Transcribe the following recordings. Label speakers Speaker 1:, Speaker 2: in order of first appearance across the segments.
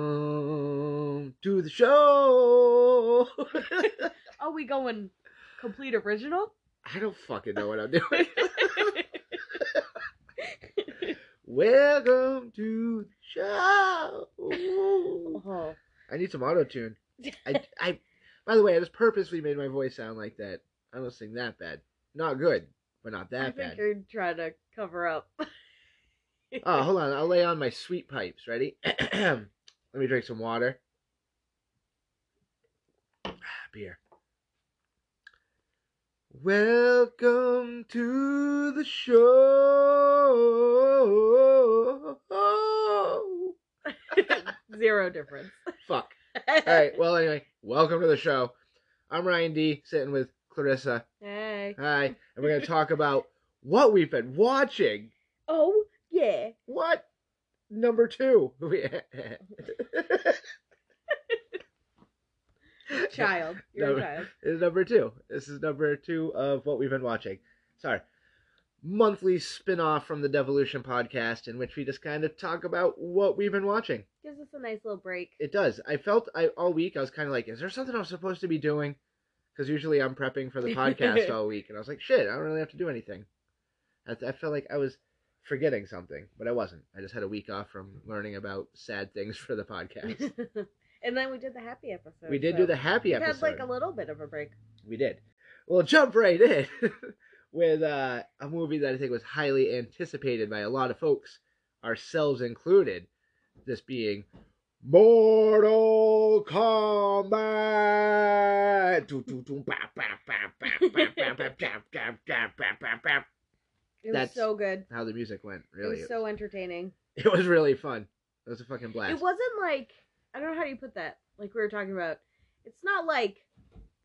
Speaker 1: Welcome to the show.
Speaker 2: Are we going complete original?
Speaker 1: I don't fucking know what I'm doing. Welcome to the show.
Speaker 2: oh.
Speaker 1: I need some auto tune. I, I, by the way, I just purposely made my voice sound like that. I don't sing that bad. Not good, but not
Speaker 2: I
Speaker 1: that
Speaker 2: think
Speaker 1: bad.
Speaker 2: you're trying to cover up.
Speaker 1: Oh, hold on. I'll lay on my sweet pipes. Ready? Let me drink some water. Ah, Beer. Welcome to the show.
Speaker 2: Zero difference.
Speaker 1: Fuck. All right. Well, anyway, welcome to the show. I'm Ryan D, sitting with Clarissa.
Speaker 2: Hey.
Speaker 1: Hi. And we're going to talk about what we've been watching.
Speaker 2: Oh yeah.
Speaker 1: What? Number two.
Speaker 2: Child. You're
Speaker 1: No.
Speaker 2: a child.
Speaker 1: is number two. This is number two of what we've been watching. Sorry. Monthly spin off from the Devolution podcast, in which we just kind of talk about what we've been watching.
Speaker 2: Gives us a nice little break.
Speaker 1: It does. I felt I all week I was kind of like, is there something I'm supposed to be doing? Because usually I'm prepping for the podcast all week, and I was like, shit, I don't really have to do anything. I, I felt like I was forgetting something, but I wasn't. I just had a week off from learning about sad things for the podcast.
Speaker 2: and then we did the happy episode.
Speaker 1: we did
Speaker 2: so
Speaker 1: do the happy
Speaker 2: we
Speaker 1: episode.
Speaker 2: had like a little bit of a break.
Speaker 1: We did. We'll jump right in with uh, a movie that I think was highly anticipated by a lot of folks, ourselves included. This being Mortal Kombat. Doo, doo, doo, bap, bap, bap, bap, bap, bap, bap, bap, bap, bap, bap, bap, bap.
Speaker 2: It
Speaker 1: That's-
Speaker 2: was so good.
Speaker 1: How the music went, really.
Speaker 2: it was so entertaining.
Speaker 1: it was really fun. It was a fucking blast.
Speaker 2: It wasn't like I don't know how you put that. Like we were talking about, it's not like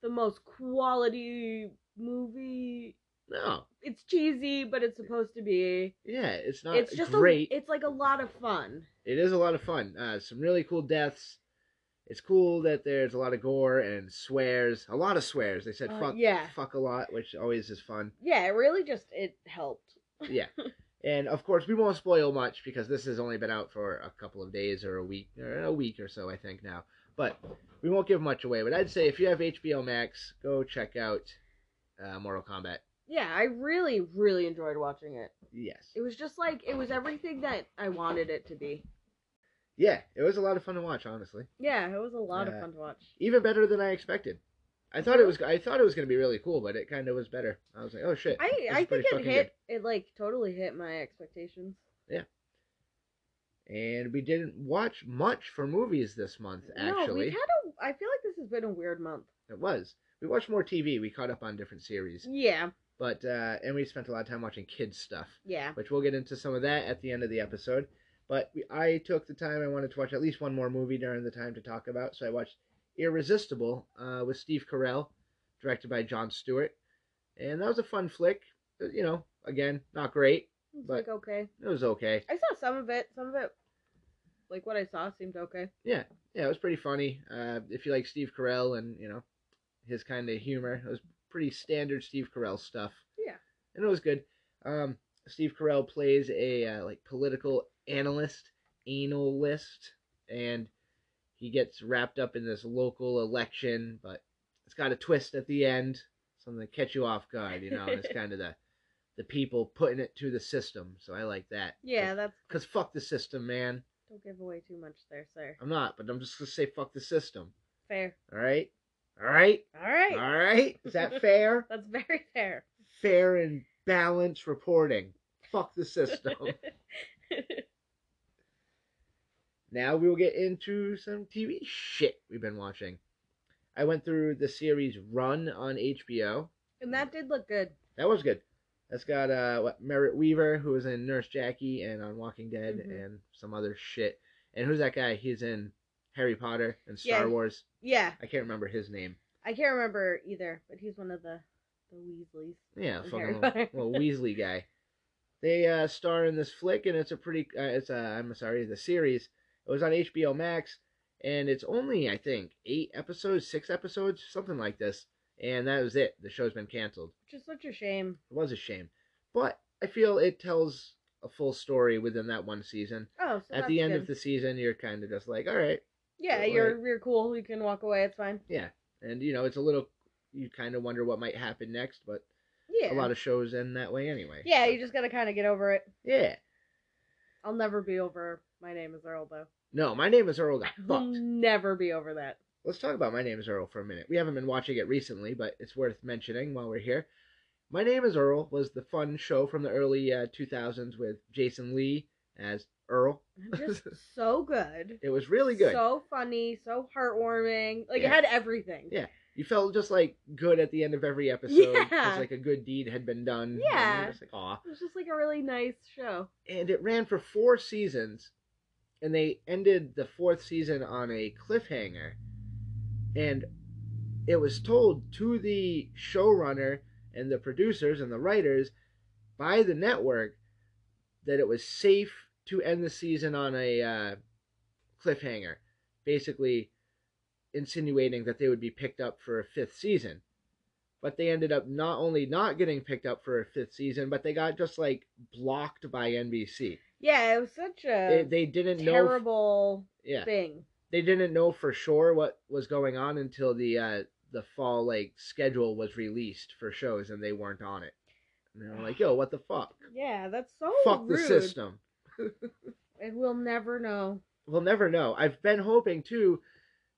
Speaker 2: the most quality movie.
Speaker 1: No,
Speaker 2: It's cheesy, but it's supposed to be.
Speaker 1: yeah, it's not
Speaker 2: It's just
Speaker 1: great.
Speaker 2: A, it's like a lot of fun.
Speaker 1: it is a lot of fun. Uh, some really cool deaths. It's cool that there's a lot of gore and swears. A lot of swears. They said
Speaker 2: Uh,
Speaker 1: fuck,
Speaker 2: yeah.
Speaker 1: fuck a lot, which always is fun.
Speaker 2: Yeah, it really just it helped.
Speaker 1: Yeah. and of course, we won't spoil much because this has only been out for a couple of days or a week or a week or so, I think now. But we won't give much away. But I'd say if you have HBO Max, go check out uh, Mortal Kombat.
Speaker 2: Yeah, I really really enjoyed watching it.
Speaker 1: Yes.
Speaker 2: It was just like it was everything that I wanted it to be.
Speaker 1: Yeah, it was a lot of fun to watch, honestly.
Speaker 2: Yeah, it was a lot
Speaker 1: Yeah.
Speaker 2: of fun to watch.
Speaker 1: Even better than I expected. I thought it was I thought it was going to be really cool, but it kind of was better. I was like, "Oh shit."
Speaker 2: I
Speaker 1: This is
Speaker 2: I
Speaker 1: pretty
Speaker 2: think it
Speaker 1: fucking
Speaker 2: hit it like totally hit my expectations.
Speaker 1: and we didn't watch much for movies this month
Speaker 2: no,
Speaker 1: actually
Speaker 2: we've had a. I feel like this has been a weird month.
Speaker 1: it was we watched more tv we caught up on different series
Speaker 2: Yeah,
Speaker 1: but uh and we spent a lot of time watching kids stuff
Speaker 2: yeah.
Speaker 1: which we'll get into some of that at the end of the episode but we, i took the time i wanted to watch at least one more movie during the time to talk about so i watched irresistible uh with steve carell directed by john stewart and that was a fun flick Uh, you know again not great
Speaker 2: It's
Speaker 1: But-
Speaker 2: like okay.
Speaker 1: it was okay
Speaker 2: I saw some of it. Some of it, like what I saw, seemed okay.
Speaker 1: yeah, it was pretty funny. Uh, if you like Steve Carell and you know his kind of humor, it was pretty standard Steve Carell stuff.
Speaker 2: Yeah.
Speaker 1: and it was good. Um, Steve Carell plays a uh, like political analyst, analyst, and he gets wrapped up in this local election, but it's got a twist at the end, something to catch you off guard. You know, and it's kind of the the people putting it to the system. So I like that.
Speaker 2: Yeah, that's.
Speaker 1: Cause fuck the system, man.
Speaker 2: Don't give away too much there, sir.
Speaker 1: I'm not, but I'm just gonna say fuck the system.
Speaker 2: Fair.
Speaker 1: All right. All right.
Speaker 2: All right.
Speaker 1: All right. Is that fair?
Speaker 2: That's very fair.
Speaker 1: fair and balanced reporting. Fuck the system. now we will get into some TV shit we've been watching. I went through the series Run on HBO.
Speaker 2: and
Speaker 1: Mm.
Speaker 2: that did look good.
Speaker 1: That was good. That's got uh what Merritt Weaver, who was in Nurse Jackie and on Walking Dead
Speaker 2: Mhm.
Speaker 1: and some other shit. And who's that guy? He's in Harry Potter and Star
Speaker 2: Yeah.
Speaker 1: Wars.
Speaker 2: Yeah,
Speaker 1: I can't remember his name.
Speaker 2: I can't remember either, but he's one of the the Weasleys.
Speaker 1: Yeah,
Speaker 2: And Harry
Speaker 1: fucking
Speaker 2: Potter.
Speaker 1: little, little Weasley guy. They uh, star in this flick, and it's a pretty. Uh, it's uh, I'm sorry, the series. It was on HBO Max, and it's only I think eight episodes, six episodes, something like this. And that was it. The show's been canceled.
Speaker 2: Which is such a shame.
Speaker 1: It was a shame, but I feel it tells a full story within that one season.
Speaker 2: Oh, so
Speaker 1: At
Speaker 2: that's
Speaker 1: the end
Speaker 2: good.
Speaker 1: of the season, you're kind of just like, all right,
Speaker 2: Yeah,
Speaker 1: Right.
Speaker 2: you're you're cool. You can walk away. It's fine.
Speaker 1: and you know, it's a little. You kind of wonder what might happen next, but
Speaker 2: Yeah.
Speaker 1: a lot of shows end that way anyway.
Speaker 2: yeah,
Speaker 1: So-
Speaker 2: you just gotta kind of get over it.
Speaker 1: yeah.
Speaker 2: I'll never be over. My name is Earl, though.
Speaker 1: No, my name is Earl. Got
Speaker 2: I'll
Speaker 1: fucked.
Speaker 2: never be over that.
Speaker 1: Let's talk about My Name is Earl for a minute. We haven't been watching it recently, but it's worth mentioning while we're here. My Name is Earl was the fun show from the early uh, 2000s with Jason Lee as Earl.
Speaker 2: Just so good.
Speaker 1: It was really good.
Speaker 2: So funny. So heartwarming. Like
Speaker 1: Yeah.
Speaker 2: it had everything.
Speaker 1: Yeah. you felt just like good at the end of every episode because
Speaker 2: Yeah.
Speaker 1: like a good deed had been done. and you were
Speaker 2: Yeah.
Speaker 1: just like, "Aw."
Speaker 2: It was just like a really nice show.
Speaker 1: And it ran for four seasons, and they ended the fourth season on a cliffhanger, and it was told to the showrunner and the producers and the writers by the network that it was safe to end the season on a uh, cliffhanger, basically insinuating that they would be picked up for a fifth season. But they ended up not only not getting picked up for a fifth season, but they got just like blocked by NBC.
Speaker 2: Yeah, it was such
Speaker 1: They,
Speaker 2: a
Speaker 1: they didn't know.
Speaker 2: terrible
Speaker 1: Yeah,
Speaker 2: thing.
Speaker 1: they didn't know for sure what was going on until the uh, the fall like schedule was released for shows, and they weren't on it. And they were like, "Yo, what the fuck?
Speaker 2: Yeah, that's so
Speaker 1: fuck
Speaker 2: Oh, rude.
Speaker 1: the system."
Speaker 2: And we'll never know.
Speaker 1: we'll never know. I've been hoping too,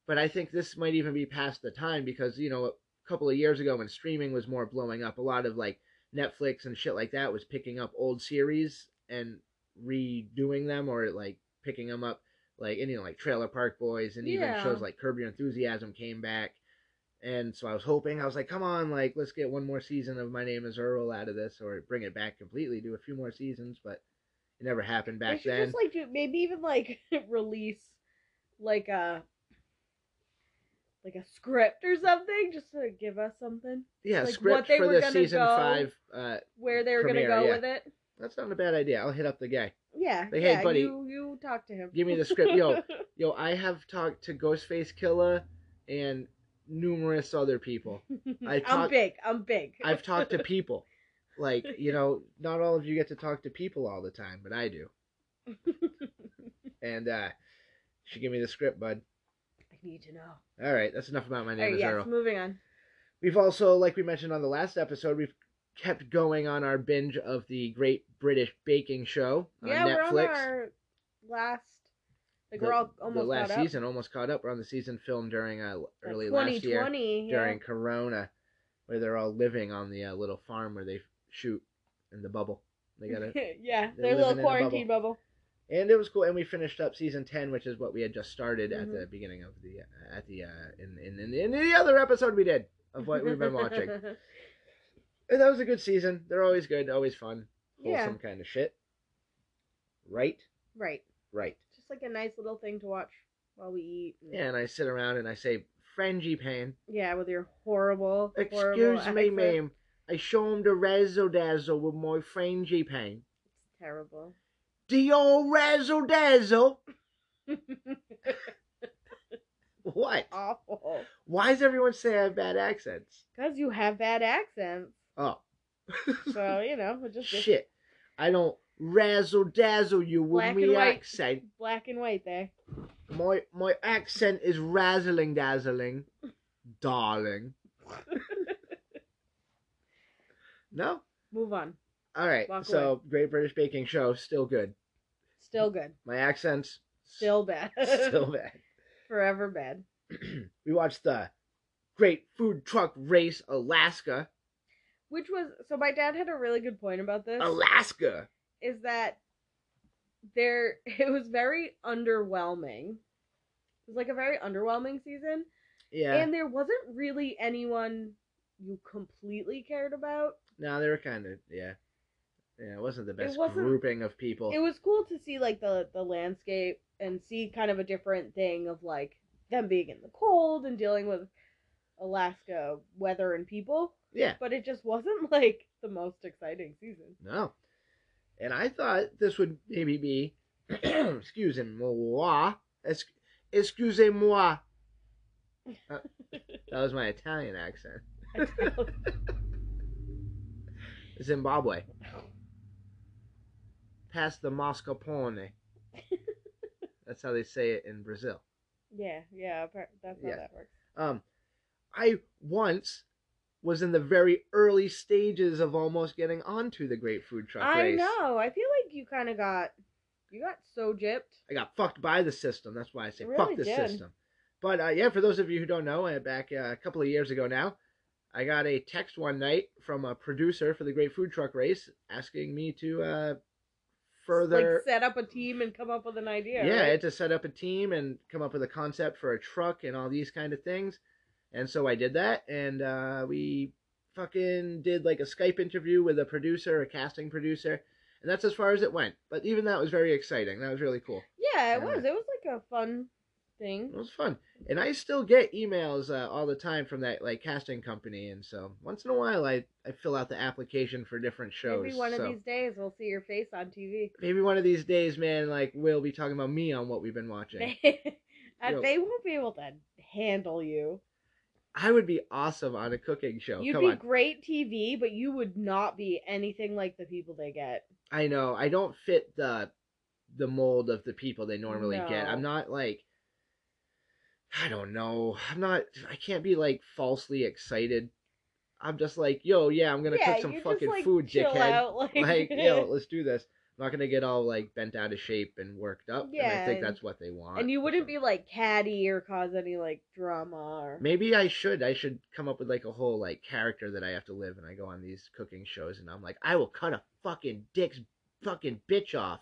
Speaker 1: but I think this might even be past the time because you know a couple of years ago when streaming was more blowing up, a lot of like Netflix and shit like that was picking up old series and redoing them or like picking them up like and you know like Trailer Park Boys and even
Speaker 2: Yeah.
Speaker 1: shows like Curb Your Enthusiasm came back. And so I was hoping I was like, come on, like let's get one more season of My Name Is Earl out of this, or bring it back completely, do a few more seasons, but it never happened
Speaker 2: They
Speaker 1: back
Speaker 2: should
Speaker 1: then.
Speaker 2: just like do maybe even like release like a like a script or something just to give us something
Speaker 1: yeah,
Speaker 2: like,
Speaker 1: script
Speaker 2: what they
Speaker 1: for
Speaker 2: were
Speaker 1: the
Speaker 2: gonna
Speaker 1: season
Speaker 2: go.
Speaker 1: five. Uh,
Speaker 2: where they were
Speaker 1: Premiere,
Speaker 2: gonna go
Speaker 1: yeah.
Speaker 2: with it.
Speaker 1: that's not a bad idea. I'll hit up the guy.
Speaker 2: Yeah,
Speaker 1: Like, hey,
Speaker 2: yeah.
Speaker 1: buddy,
Speaker 2: you you talk to him.
Speaker 1: Give me the script, yo, yo. I have talked to Ghostface Killa and numerous other people. I
Speaker 2: I'm
Speaker 1: talk-
Speaker 2: big. I'm big.
Speaker 1: I've talked to people. Like you know, not all of you get to talk to people all the time, but I do. And uh, she give me the script, bud.
Speaker 2: I need to know.
Speaker 1: All right, that's enough about my
Speaker 2: All
Speaker 1: name
Speaker 2: right,
Speaker 1: is
Speaker 2: Uh, yes,
Speaker 1: Earl.
Speaker 2: moving on.
Speaker 1: We've also, like we mentioned on the last episode, we've kept going on our binge of the Great British Baking Show on
Speaker 2: yeah,
Speaker 1: Netflix.
Speaker 2: we're on our last. Like we're all almost
Speaker 1: the last
Speaker 2: caught up.
Speaker 1: season almost caught up. We're on the season film during uh,
Speaker 2: Like,
Speaker 1: early last year
Speaker 2: 2020. yeah.
Speaker 1: during Corona, where they're all living on the uh, little farm where they shoot in the bubble. They got it,
Speaker 2: yeah,
Speaker 1: they're
Speaker 2: their
Speaker 1: living
Speaker 2: little
Speaker 1: in a
Speaker 2: quarantine bubble.
Speaker 1: and it was cool. And we finished up season ten, which is what we had just started at
Speaker 2: Mhm.
Speaker 1: the beginning of the at the uh, in, in in in the other episode we did of what we've been watching. And that was a good season. They're always good, always fun,
Speaker 2: yeah,
Speaker 1: wholesome kind of shit. Right,
Speaker 2: right.
Speaker 1: right.
Speaker 2: Just like a nice little thing to watch while we eat. and-
Speaker 1: Yeah, and I sit around and I say, "Frangipane."
Speaker 2: Yeah, with your horrible. horrible
Speaker 1: Excuse me,
Speaker 2: accent.
Speaker 1: ma'am. I show him the razzle dazzle with my frangipane.
Speaker 2: It's terrible.
Speaker 1: The old razzle dazzle. What?
Speaker 2: Awful.
Speaker 1: Why does everyone say I have bad accents?
Speaker 2: Because you have bad accents.
Speaker 1: Oh,
Speaker 2: So, you know, it just gets
Speaker 1: shit. I don't razzle dazzle you with
Speaker 2: Black
Speaker 1: me
Speaker 2: and white.
Speaker 1: accent.
Speaker 2: black and white there.
Speaker 1: My my accent is razzling dazzling, darling. no.
Speaker 2: Move on.
Speaker 1: All right.
Speaker 2: Walk
Speaker 1: so Great British Baking Show still good.
Speaker 2: Still good.
Speaker 1: My accents
Speaker 2: Still bad.
Speaker 1: still bad.
Speaker 2: Forever bad.
Speaker 1: we watched the Great Food Truck Race Alaska.
Speaker 2: Which was. So, my dad had a really good point about this.
Speaker 1: Alaska.
Speaker 2: Is that there. It was very underwhelming. It was like a very underwhelming season.
Speaker 1: Yeah.
Speaker 2: And there wasn't really anyone you completely cared about.
Speaker 1: no, they were kind of yeah. Yeah, it wasn't the best
Speaker 2: wasn't-
Speaker 1: grouping of people.
Speaker 2: It was cool to see like the the landscape and see kind of a different thing of like them being in the cold and dealing with Alaska weather and people,
Speaker 1: yeah.
Speaker 2: but it just wasn't like the most exciting season.
Speaker 1: No. And I thought this would maybe be excuse moi. es- Excuse moi. Uh, that was my Italian accent. Zimbabwe. past the mascarpone. That's how they say it in Brazil.
Speaker 2: Yeah, yeah, appar- that's how
Speaker 1: Yeah.
Speaker 2: that works.
Speaker 1: Um, I once was in the very early stages of almost getting onto the Great Food Truck
Speaker 2: I
Speaker 1: Race.
Speaker 2: know. I feel like you kind of got you got so gypped.
Speaker 1: I got fucked by the system. That's why I say
Speaker 2: You really
Speaker 1: fuck the
Speaker 2: did.
Speaker 1: system. But uh, yeah, for those of you who don't know, uh, back uh, a couple of years ago now, I got a text one night from a producer for the Great Food Truck Race asking me to uh, further.
Speaker 2: like set up a team and come up with an idea.
Speaker 1: yeah, I
Speaker 2: right?
Speaker 1: had to set up a team and come up with a concept for a truck and all these kind of things. And so I did that, and uh, we fucking did like a Skype interview with a producer, a casting producer, and that's as far as it went. But even that was very exciting. That was really cool.
Speaker 2: yeah, it
Speaker 1: Yeah.
Speaker 2: was. It was like a fun thing.
Speaker 1: It was fun, and I still get emails uh, all the time from that like casting company. And so once in a while, I, I fill out the application for different shows.
Speaker 2: Maybe one of
Speaker 1: so-
Speaker 2: these days we'll see your face on TV.
Speaker 1: Maybe one of these days, man, like we'll be talking about me on what we've been watching.
Speaker 2: They, uh,
Speaker 1: Yo.
Speaker 2: they won't be able to handle you.
Speaker 1: I would be awesome on a cooking show.
Speaker 2: You'd
Speaker 1: Come
Speaker 2: be
Speaker 1: on.
Speaker 2: great TV, but you would not be anything like the people they get.
Speaker 1: I know. I don't fit the the mold of the people they normally get.
Speaker 2: No.
Speaker 1: I'm not like I don't know. I'm not I can't be like falsely excited. I'm just like, yo, yeah, I'm gonna
Speaker 2: yeah,
Speaker 1: cook some
Speaker 2: you
Speaker 1: fucking
Speaker 2: just, like,
Speaker 1: food,
Speaker 2: chill
Speaker 1: dickhead.
Speaker 2: Out, like,
Speaker 1: Like, yo, let's do this. I'm not gonna get all like bent out of shape and worked up. and I
Speaker 2: Yeah,
Speaker 1: think
Speaker 2: and-
Speaker 1: that's what they want.
Speaker 2: and you wouldn't
Speaker 1: so.
Speaker 2: be like catty or cause any like drama or
Speaker 1: Maybe I should. I should come up with like a whole like character that I have to live, and I go on these cooking shows, and I'm like, I will cut a fucking dick's fucking bitch off.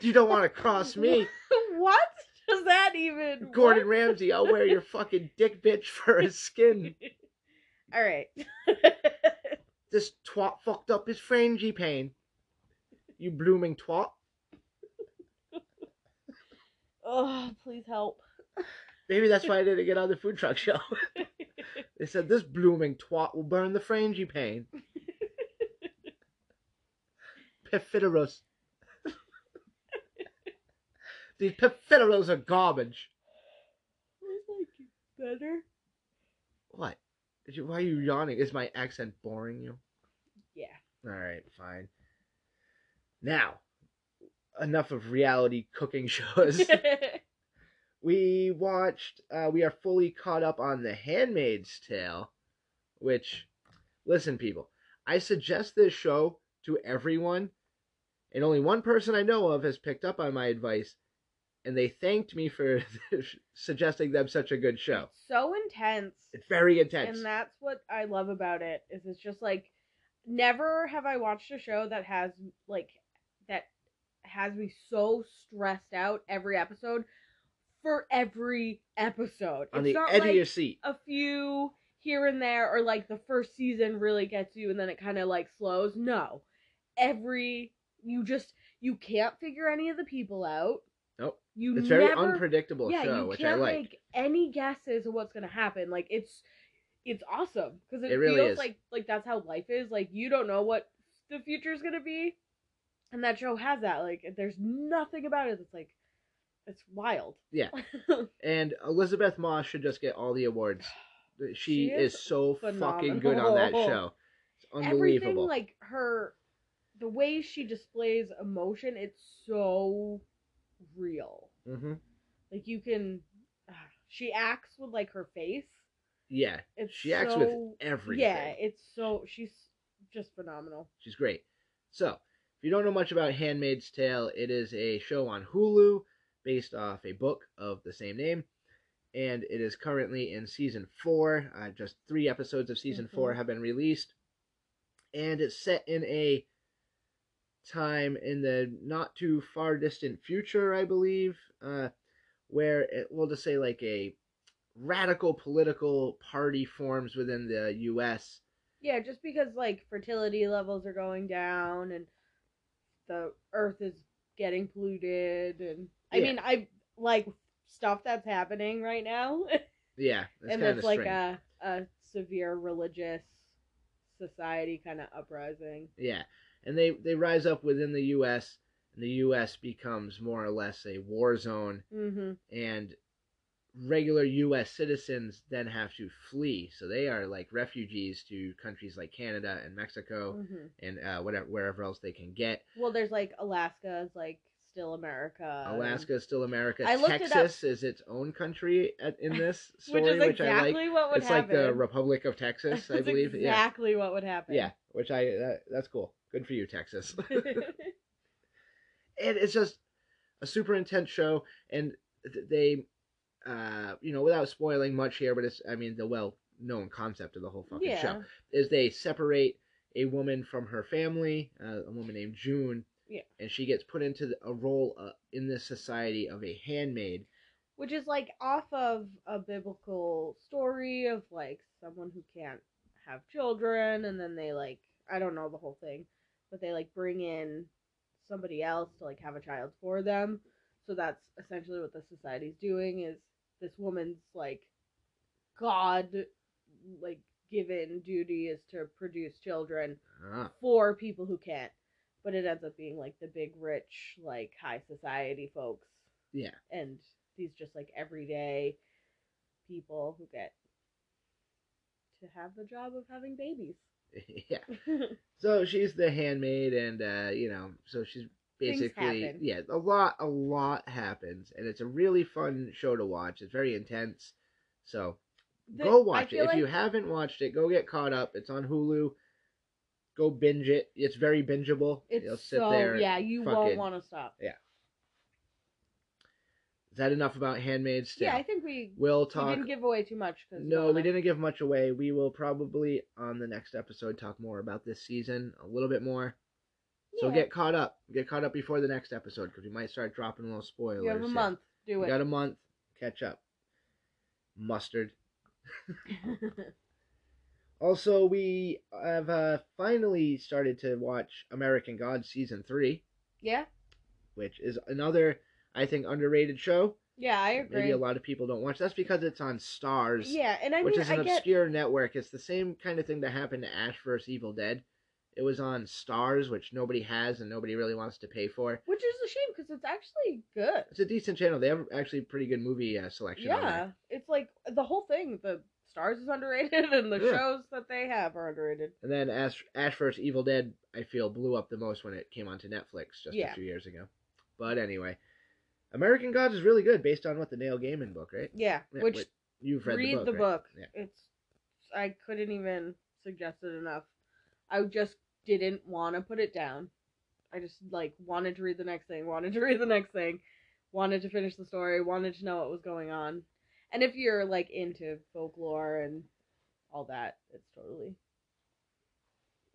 Speaker 1: You don't want to cross me,
Speaker 2: what does that even
Speaker 1: Gordon
Speaker 2: what?
Speaker 1: Ramsay. I'll wear your fucking dick bitch for a skin.
Speaker 2: all right
Speaker 1: This twat fucked up his frangipane. You blooming twat.
Speaker 2: oh please help
Speaker 1: Maybe that's why I didn't get on the food truck show. they said this blooming twat will burn the frangipane. Perfideros. These perfideros are garbage.
Speaker 2: like better
Speaker 1: What? Did you, why are you yawning? Is my accent boring you?
Speaker 2: yeah
Speaker 1: All right, fine. Now, enough of reality cooking shows. we watched uh, we are fully caught up on the handmaid's tale which listen people i suggest this show to everyone and only one person i know of has picked up on my advice and they thanked me for suggesting them such a good show
Speaker 2: so intense
Speaker 1: it's very intense
Speaker 2: and that's what i love about it is it's just like never have i watched a show that has like that has me so stressed out every episode for every episode
Speaker 1: on
Speaker 2: it's
Speaker 1: the
Speaker 2: not
Speaker 1: edge
Speaker 2: like
Speaker 1: of your seat
Speaker 2: a few here and there or like the first season really gets you and then it kind of like slows no every you just you can't figure any of the people out
Speaker 1: Nope.
Speaker 2: you
Speaker 1: it's
Speaker 2: never
Speaker 1: very unpredictable
Speaker 2: yeah
Speaker 1: show
Speaker 2: you
Speaker 1: which i
Speaker 2: can't
Speaker 1: like
Speaker 2: make any guesses of what's gonna happen like it's it's awesome because it,
Speaker 1: It really
Speaker 2: feels
Speaker 1: is.
Speaker 2: like like that's how life is like you don't know what the future's gonna be and that show has that like there's nothing about it that's like it's wild
Speaker 1: Yeah. and elizabeth moss should just get all the awards she,
Speaker 2: She
Speaker 1: is,
Speaker 2: is
Speaker 1: so fucking good on that
Speaker 2: phenomenal.
Speaker 1: show it's unbelievable
Speaker 2: everything like her the way she displays emotion it's so real
Speaker 1: hmm
Speaker 2: like you can ah, she acts with like her face
Speaker 1: Yeah,
Speaker 2: it's
Speaker 1: she acts
Speaker 2: so-
Speaker 1: with everything.
Speaker 2: yeah it's so she's just phenomenal
Speaker 1: She's great. So, if you don't know much about Handmaid's Tale, it is a show on Hulu based off a book of the same name. And it is currently in season four. Uh, just three episodes of season four
Speaker 2: Mhm.
Speaker 1: have been released. And it's set in a time in the not too far distant future, I believe, uh, where it, we'll just say like a radical political party forms within the U.S.
Speaker 2: yeah just because like fertility levels are going down and the earth is getting polluted and i
Speaker 1: Yeah.
Speaker 2: mean i like stuff that's happening right now
Speaker 1: Yeah, that's kind
Speaker 2: and that's
Speaker 1: of
Speaker 2: like
Speaker 1: strange.
Speaker 2: a, a severe religious society kind of uprising.
Speaker 1: Yeah, and they they rise up within the U.S. and the U.S. becomes more or less a war zone,
Speaker 2: Mm-hmm.
Speaker 1: and regular U.S. citizens then have to flee, so they are like refugees to countries like Canada and Mexico
Speaker 2: Mhm.
Speaker 1: and uh, whatever wherever else they can get.
Speaker 2: Well, there's like Alaska is like still America. and-
Speaker 1: Alaska is still America.
Speaker 2: Uh, I looked it up.
Speaker 1: Texas is its own country at, in this story, which, I like.
Speaker 2: what
Speaker 1: It's like the Republic of Texas, I
Speaker 2: That's
Speaker 1: believe. Yeah,
Speaker 2: Exactly what would happen.
Speaker 1: yeah. Which I that, that's cool. Good for you, Texas. and it's just a super intense show and th- they uh you know without spoiling much here but it's i mean the well known concept of the whole fucking
Speaker 2: yeah.
Speaker 1: show is they separate a woman from her family uh, a woman named june
Speaker 2: Yeah.
Speaker 1: and she gets put into the- a role uh, in this society of a handmaid
Speaker 2: Which is like off of a biblical story of like someone who can't have children and then they like I don't know the whole thing, but they like bring in somebody else to like have a child for them. So that's essentially what the society's doing is this woman's like god like given duty is to produce children
Speaker 1: ah,
Speaker 2: for people who can't. But it ends up being like the big rich, like high society folks.
Speaker 1: Yeah.
Speaker 2: And these just like everyday people who get to have the job of having babies.
Speaker 1: yeah so she's the handmaid and uh you know so she's
Speaker 2: Things
Speaker 1: basically
Speaker 2: happen.
Speaker 1: yeah a lot a lot happens and it's a really fun show to watch it's very intense so
Speaker 2: The-
Speaker 1: go
Speaker 2: I
Speaker 1: watch it.
Speaker 2: feel
Speaker 1: If you
Speaker 2: like-
Speaker 1: haven't watched it, go get caught up. It's on Hulu. Go binge it. It's very bingeable.
Speaker 2: It's
Speaker 1: You'll sit
Speaker 2: so
Speaker 1: there.
Speaker 2: yeah, you
Speaker 1: fucking-
Speaker 2: won't want to stop.
Speaker 1: Is that enough about Handmaid's Tale?
Speaker 2: Yeah, I think we
Speaker 1: we'll
Speaker 2: we
Speaker 1: talk.
Speaker 2: didn't give away too much because
Speaker 1: no, we didn't give much away. We will probably on the next episode talk more about this season, a little bit more. So
Speaker 2: Yeah.
Speaker 1: get caught up. Get caught up before the next episode because we might start dropping little spoilers.
Speaker 2: You have a
Speaker 1: Yeah.
Speaker 2: month. Do
Speaker 1: You
Speaker 2: it.
Speaker 1: got a month. Catch up. Mustard. Also, we have uh, finally started to watch American Gods season three,
Speaker 2: yeah,
Speaker 1: which is another, I think, underrated show.
Speaker 2: yeah, I agree.
Speaker 1: Maybe a lot of people don't watch. That's because it's on Stars,
Speaker 2: Yeah, and I
Speaker 1: which
Speaker 2: mean,
Speaker 1: is an
Speaker 2: I get
Speaker 1: obscure network. It's the same kind of thing that happened to Ash vs. Evil Dead. It was on Stars, which nobody has and nobody really wants to pay for.
Speaker 2: which is a shame because it's actually good.
Speaker 1: It's a decent channel. They have actually pretty good movie uh, selection. on
Speaker 2: Yeah,
Speaker 1: there.
Speaker 2: it's like the whole thing. The stars is underrated, and the
Speaker 1: Yeah.
Speaker 2: shows that they have are underrated.
Speaker 1: And then Ash, Ash vs. Evil Dead, I feel, blew up the most when it came onto Netflix just a
Speaker 2: Yeah.
Speaker 1: few years ago. But anyway, American Gods is really good based on what the Neil Gaiman book, right?
Speaker 2: Yeah,
Speaker 1: Yeah,
Speaker 2: which
Speaker 1: wait, You've read
Speaker 2: read
Speaker 1: the book. right? Yeah.
Speaker 2: It's I couldn't even suggest it enough. I just didn't want to put it down. I just like wanted to read the next thing, wanted to read the next thing, wanted to finish the story, wanted to know what was going on. And if you're like into folklore and all that, it's totally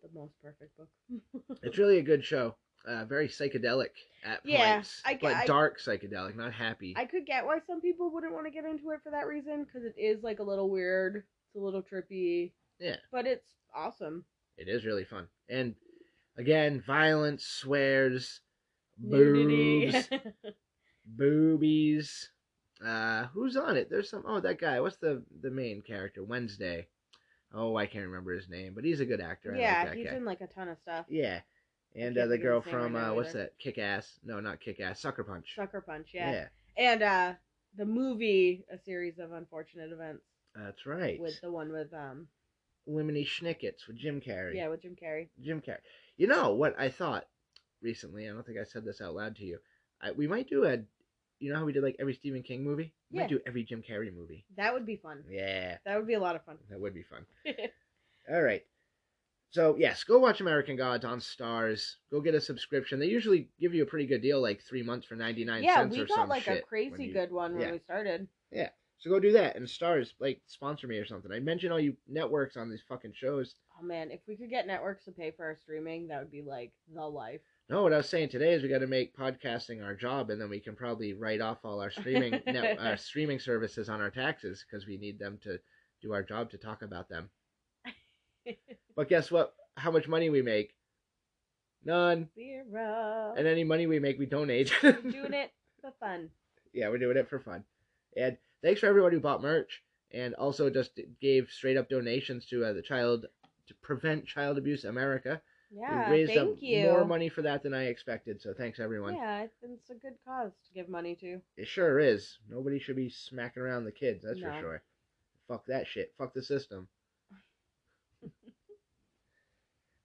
Speaker 2: the most perfect book.
Speaker 1: It's really a good show. Uh, very psychedelic at
Speaker 2: Yeah,
Speaker 1: points.
Speaker 2: I-
Speaker 1: but
Speaker 2: I-
Speaker 1: dark psychedelic, not happy.
Speaker 2: I could get why some people wouldn't want to get into it for that reason because it is like a little weird, it's a little trippy.
Speaker 1: Yeah.
Speaker 2: But it's awesome.
Speaker 1: It is really fun. And again, violence, swears,
Speaker 2: Nudity.
Speaker 1: boobs, boobies. Uh, who's on it? There's some. Oh, that guy. What's the the main character? Wednesday. Oh, I can't remember his name, but he's a good actor. I
Speaker 2: yeah,
Speaker 1: like that
Speaker 2: he's
Speaker 1: guy.
Speaker 2: in like a ton of stuff.
Speaker 1: Yeah, and
Speaker 2: can't
Speaker 1: uh, the
Speaker 2: think of
Speaker 1: girl
Speaker 2: his name right
Speaker 1: from
Speaker 2: now
Speaker 1: uh, what's
Speaker 2: either.
Speaker 1: that? Kick Ass? No, not Kick Ass. Sucker Punch.
Speaker 2: Sucker Punch, yeah. And uh the movie A Series of Unfortunate Events
Speaker 1: that's right.
Speaker 2: with the one with um
Speaker 1: Lemony Schnickets with Jim Carrey.
Speaker 2: yeah, with Jim Carrey.
Speaker 1: Jim Carrey. You know what I thought recently? I don't think I said this out loud to you. I, we might do a. You know how we did like every Stephen King movie? We
Speaker 2: Yeah.
Speaker 1: might do every Jim Carrey movie.
Speaker 2: That would be fun.
Speaker 1: Yeah,
Speaker 2: That would be a lot of fun.
Speaker 1: that would be fun. All right. So yes, go watch American Gods on Stars. Go get a subscription. They usually give you a pretty good deal, like three months for ninety nine
Speaker 2: yeah,
Speaker 1: cents
Speaker 2: we
Speaker 1: or
Speaker 2: got
Speaker 1: some
Speaker 2: like a
Speaker 1: shit when
Speaker 2: crazy
Speaker 1: you-
Speaker 2: good one when
Speaker 1: yeah.
Speaker 2: we started.
Speaker 1: So go do that. And Stars, like, sponsor me or something. I mentioned all you networks on these fucking shows.
Speaker 2: Oh man, if we could get networks to pay for our streaming, that would be like the life.
Speaker 1: No, what I was saying today is we got to make podcasting our job, and then we can probably write off all our streaming net, our streaming services on our taxes because we need them to do our job to talk about them. but guess what? How much money we make? None.
Speaker 2: Zero.
Speaker 1: And any money we make, we donate.
Speaker 2: doing it for fun.
Speaker 1: yeah, we're doing it for fun. And thanks for everyone who bought merch and also just gave straight up donations to uh, the Child to Prevent Child Abuse America.
Speaker 2: Yeah,
Speaker 1: we raised
Speaker 2: thank
Speaker 1: up
Speaker 2: you.
Speaker 1: more money for that than I expected. So thanks everyone.
Speaker 2: Yeah, it's- it's a good cause to give money to.
Speaker 1: It sure is. Nobody should be smacking around the kids. That's
Speaker 2: No.
Speaker 1: for sure. Fuck that shit. Fuck the system.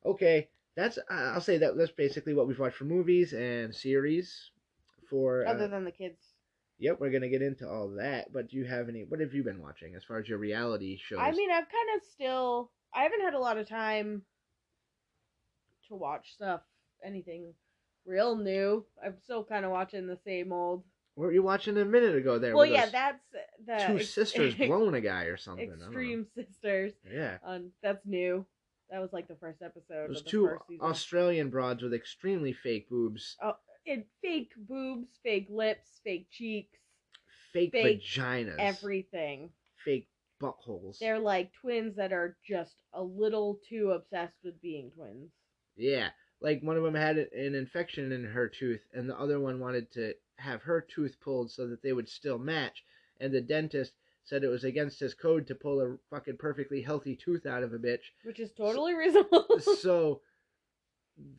Speaker 1: okay, that's. I- I'll say that that's basically what we've watched for movies and series. For uh,
Speaker 2: Other than the kids.
Speaker 1: yep, we're gonna get into all that. But do you have any? What have you been watching as far as your reality shows?
Speaker 2: I mean, I've kind of still I haven't had a lot of time to watch stuff, anything real new. I'm still kind of watching the same old.
Speaker 1: what were you watching a minute ago? There,
Speaker 2: well,
Speaker 1: with
Speaker 2: yeah,
Speaker 1: those
Speaker 2: that's the
Speaker 1: two
Speaker 2: ex-
Speaker 1: sisters blowing a guy or something. I don't know.
Speaker 2: Extreme Sisters.
Speaker 1: Yeah.
Speaker 2: On that's new. That was like the first episode.
Speaker 1: Those
Speaker 2: of the
Speaker 1: two
Speaker 2: first season.
Speaker 1: Australian broads with extremely fake boobs,
Speaker 2: and fake boobs, fake lips, fake cheeks,
Speaker 1: fake,
Speaker 2: Fake
Speaker 1: vaginas,
Speaker 2: everything.
Speaker 1: fake buttholes.
Speaker 2: They're like twins that are just a little too obsessed with being twins.
Speaker 1: Yeah, like one of them had an infection in her tooth, and the other one wanted to have her tooth pulled so that they would still match. And the dentist said it was against his code to pull a fucking perfectly healthy tooth out of a bitch.
Speaker 2: Which is totally reasonable.
Speaker 1: so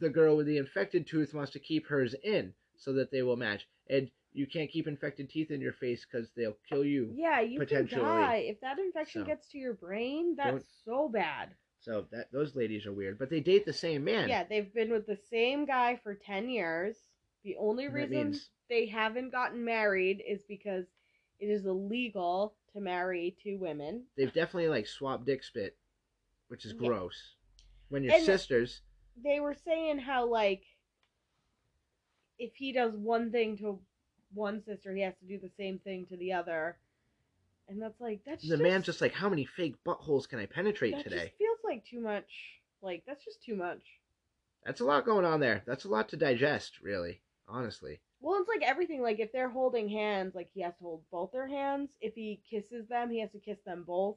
Speaker 1: the girl with the infected tooth wants to keep hers in so that they will match. And you can't keep infected teeth in your face because they'll kill you.
Speaker 2: yeah, you can
Speaker 1: Potentially.
Speaker 2: die. If that infection
Speaker 1: So.
Speaker 2: gets to your brain, that's
Speaker 1: Don't-
Speaker 2: so bad.
Speaker 1: So that those ladies are weird, but they date the same man.
Speaker 2: Yeah, they've been with the same guy for 10 years. The only
Speaker 1: And that
Speaker 2: reason
Speaker 1: means
Speaker 2: they haven't gotten married is because it is illegal to marry two women.
Speaker 1: they've definitely like swapped dick spit, which is
Speaker 2: Yeah.
Speaker 1: gross. When you're
Speaker 2: And-
Speaker 1: sisters,
Speaker 2: They were saying how, like, if he does one thing to one sister, he has to do the same thing to the other. And that's like, that's
Speaker 1: the
Speaker 2: just,
Speaker 1: man's just like, how many fake buttholes can I penetrate
Speaker 2: that
Speaker 1: today?
Speaker 2: just feels like too much. Like, that's just too much.
Speaker 1: That's a lot going on there. That's a lot to digest, really, honestly.
Speaker 2: Well, it's like everything. Like if they're holding hands, like he has to hold both their hands. If he kisses them, he has to kiss them both.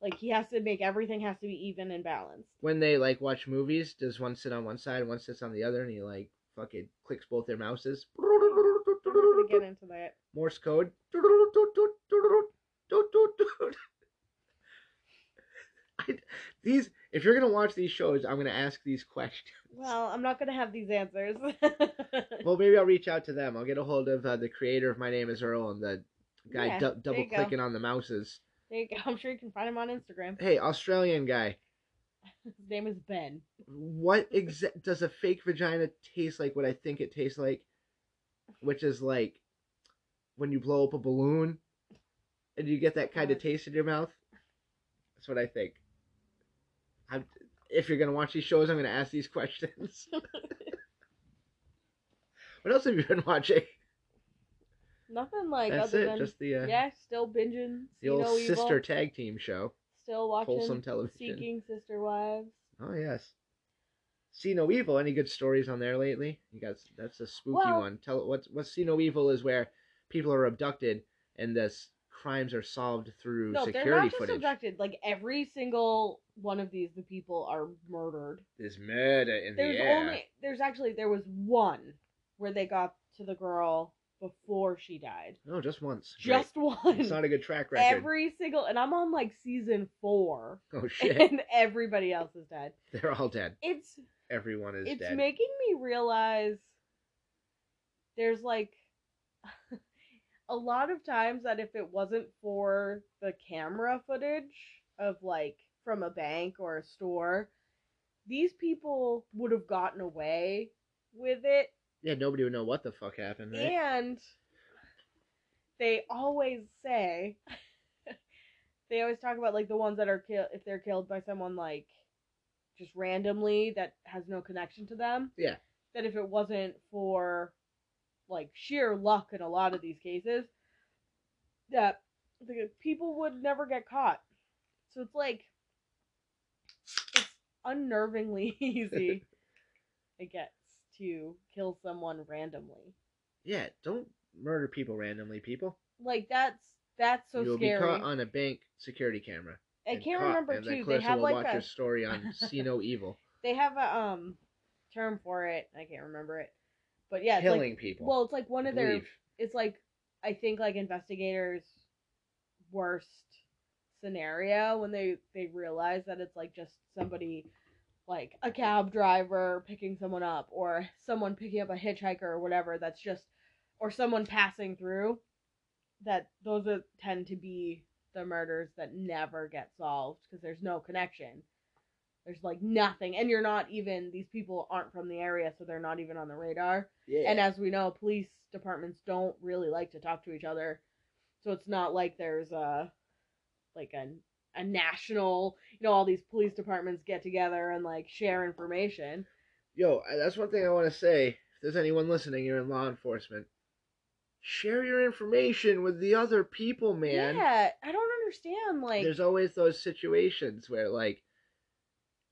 Speaker 2: Like he has to make everything has to be even and balanced.
Speaker 1: When they like watch movies, does one sit on one side and one sits on the other, and he like fucking clicks both their mouses?
Speaker 2: I'm not gonna get into that.
Speaker 1: Morse code. I, these, if you're gonna watch these shows, I'm gonna ask these questions.
Speaker 2: Well, I'm not gonna have these answers.
Speaker 1: Well, maybe I'll reach out to them. I'll get a hold of uh, the creator of My Name Is Earl and the guy
Speaker 2: Yeah,
Speaker 1: dou-
Speaker 2: there
Speaker 1: double
Speaker 2: you go.
Speaker 1: clicking on the mouses.
Speaker 2: There you go. I'm sure you can find him on Instagram.
Speaker 1: Hey, Australian guy,
Speaker 2: His name is Ben.
Speaker 1: what exa- does a fake vagina taste like? What I think it tastes like, which is like when you blow up a balloon and you get that kind of
Speaker 2: God.
Speaker 1: taste in your mouth. That's what I think. I'm, if you're gonna watch these shows, I'm gonna ask these questions. what else have you been watching?
Speaker 2: Nothing like
Speaker 1: That's
Speaker 2: other
Speaker 1: it.
Speaker 2: than
Speaker 1: Just the uh,
Speaker 2: yeah, still binging.
Speaker 1: The old
Speaker 2: Sino Evil,
Speaker 1: sister tag team show.
Speaker 2: Still watching.
Speaker 1: Wholesome television.
Speaker 2: Seeking sister wives.
Speaker 1: Oh yes. See no evil. Any good stories on there lately? You got that's a spooky
Speaker 2: Well-
Speaker 1: one. Tell what's what's see no evil is where people are abducted and this crimes are solved through
Speaker 2: No, they're
Speaker 1: security
Speaker 2: not just
Speaker 1: footage.
Speaker 2: abducted. Like every single one of these, the people are murdered.
Speaker 1: There's murder in
Speaker 2: there's
Speaker 1: the air.
Speaker 2: only there's actually there was one where they got to the girl before she died.
Speaker 1: No, just once. Great.
Speaker 2: Just
Speaker 1: It's
Speaker 2: one.
Speaker 1: not a good track record.
Speaker 2: Every single and I'm on like season four
Speaker 1: Oh shit!
Speaker 2: and everybody else is dead.
Speaker 1: They're all dead.
Speaker 2: It's
Speaker 1: Everyone is
Speaker 2: it's
Speaker 1: dead.
Speaker 2: making me realize there's like a lot of times that if it wasn't for the camera footage of like from a bank or a store, these people would have gotten away with it
Speaker 1: yeah, nobody would know what the fuck happened, right?
Speaker 2: and they always say they always talk about like the ones that are killed if they're killed by someone like just randomly that has no connection to them.
Speaker 1: Yeah.
Speaker 2: That if it wasn't for like sheer luck in a lot of these cases, that the people would never get caught. So it's like it's unnervingly easy it gets to kill someone randomly
Speaker 1: Yeah, don't murder people randomly, people.
Speaker 2: like that's that's so
Speaker 1: You'll
Speaker 2: scary.
Speaker 1: be caught on a bank security camera.
Speaker 2: I
Speaker 1: and
Speaker 2: can't
Speaker 1: caught,
Speaker 2: remember
Speaker 1: and then
Speaker 2: too. They
Speaker 1: Clarissa
Speaker 2: have
Speaker 1: will
Speaker 2: like
Speaker 1: watch
Speaker 2: a
Speaker 1: your story on See No Evil,
Speaker 2: they have a um term for it. I can't remember it, but yeah, it's
Speaker 1: killing
Speaker 2: like
Speaker 1: people.
Speaker 2: well, it's like one
Speaker 1: I
Speaker 2: of their.
Speaker 1: believe.
Speaker 2: It's like I think like investigators' worst scenario when they they realize that it's like just somebody like a cab driver picking someone up or someone picking up a hitchhiker or whatever that's just or someone passing through that those are, tend to be the murders that never get solved because there's no connection there's like nothing and you're not even these people aren't from the area so they're not even on the radar
Speaker 1: Yeah.
Speaker 2: and as we know police departments don't really like to talk to each other so it's not like there's a like a, a national you know all these police departments get together and like share information
Speaker 1: Yo, I- that's one thing I want to say. If there's anyone listening, you're in law enforcement. Share your information with the other people, man.
Speaker 2: yeah i don't understand like
Speaker 1: There's always those situations where like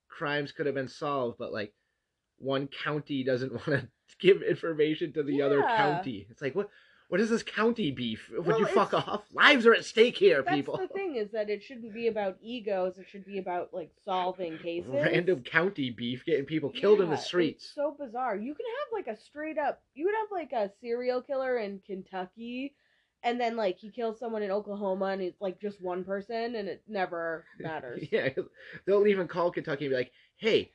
Speaker 1: crimes could have been solved, but like one county doesn't want to give information to the other
Speaker 2: Yeah.
Speaker 1: county. It's like what what is this county beef? Would
Speaker 2: Well,
Speaker 1: you fuck
Speaker 2: it's-
Speaker 1: off? Lives are at stake here,
Speaker 2: that's
Speaker 1: people.
Speaker 2: the thing is that it shouldn't be about egos it should be about like solving cases
Speaker 1: Random county beef getting people killed in
Speaker 2: Yeah,
Speaker 1: the
Speaker 2: it's
Speaker 1: streets.
Speaker 2: so bizarre. You can have like a straight up, you could have like a serial killer in Kentucky, and then like he kills someone in Oklahoma, and it's like just one person, and it never matters.
Speaker 1: Yeah, 'cause they'll even call Kentucky and be like, "Hey,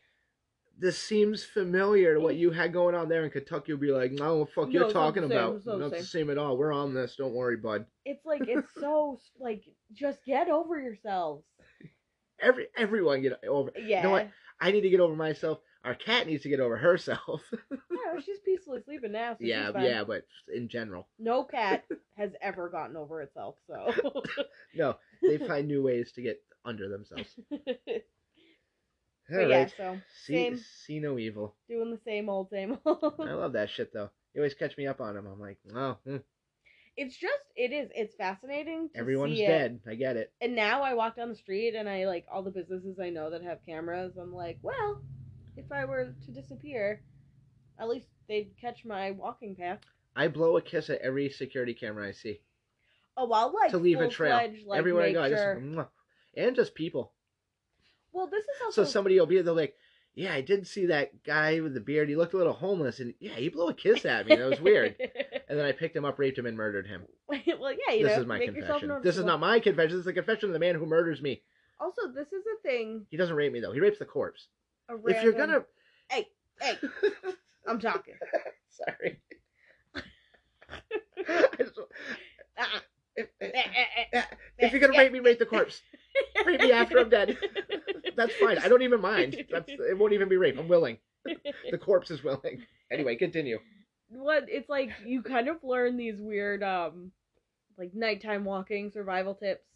Speaker 1: this seems familiar to what you had going on there." And Kentucky will be like, "No, what the fuck
Speaker 2: No,
Speaker 1: you're
Speaker 2: it's not
Speaker 1: talking
Speaker 2: the same,
Speaker 1: about?
Speaker 2: it's not the
Speaker 1: not the
Speaker 2: same."
Speaker 1: same at all. We're on this. Don't worry, bud."
Speaker 2: It's like it's so like just get over yourselves.
Speaker 1: Every everyone get over.
Speaker 2: Yeah,
Speaker 1: know what? I need to get over myself. Our cat needs to get over herself.
Speaker 2: No, she's peacefully sleeping now. So
Speaker 1: yeah,
Speaker 2: she's fine.
Speaker 1: yeah, but in general,
Speaker 2: No cat has ever gotten over itself. So
Speaker 1: no, they find new ways to get under themselves.
Speaker 2: but
Speaker 1: All
Speaker 2: yeah,
Speaker 1: right,
Speaker 2: so
Speaker 1: see,
Speaker 2: same.
Speaker 1: see no evil.
Speaker 2: doing the same old, same old.
Speaker 1: I love that shit though. You always catch me up on them. I'm like, oh, hmm,
Speaker 2: It's just it is. It's fascinating. To
Speaker 1: everyone's
Speaker 2: see it.
Speaker 1: dead. I get it.
Speaker 2: and now I walk down the street and I like all the businesses I know that have cameras. I'm like, well, if I were to disappear, at least they'd catch my walking path.
Speaker 1: I blow a kiss at every security camera I see.
Speaker 2: Oh, I'll like
Speaker 1: to leave a trail
Speaker 2: full-fledged, like,
Speaker 1: everywhere I
Speaker 2: make
Speaker 1: go. I just
Speaker 2: sure-
Speaker 1: mwah. and just people.
Speaker 2: Well, this is
Speaker 1: So
Speaker 2: also
Speaker 1: somebody will be there, they'll be like, yeah, I did see that guy with the beard. He looked a little homeless, and yeah, he blew a kiss at me. That was weird. and then I picked him up, raped him, and murdered him.
Speaker 2: well, yeah, you
Speaker 1: this
Speaker 2: know,
Speaker 1: is my
Speaker 2: make yourself
Speaker 1: confession. This is
Speaker 2: noticeable.
Speaker 1: not my confession. This is the confession of the man who murders me.
Speaker 2: Also, this is a thing.
Speaker 1: He doesn't rape me though. He rapes the corpse.
Speaker 2: A
Speaker 1: If you're
Speaker 2: random-
Speaker 1: gonna,
Speaker 2: hey, I'm talking.
Speaker 1: sorry. I just-
Speaker 2: Ah,
Speaker 1: if,
Speaker 2: eh, eh, eh, eh,
Speaker 1: if you're gonna
Speaker 2: eh,
Speaker 1: rape me, rape the corpse. Rape me after I'm dead. That's fine. I don't even mind. That's it. Won't even be rape. I'm willing. The corpse is willing. Anyway, continue.
Speaker 2: what it's like you kind of learn these weird um like nighttime walking survival tips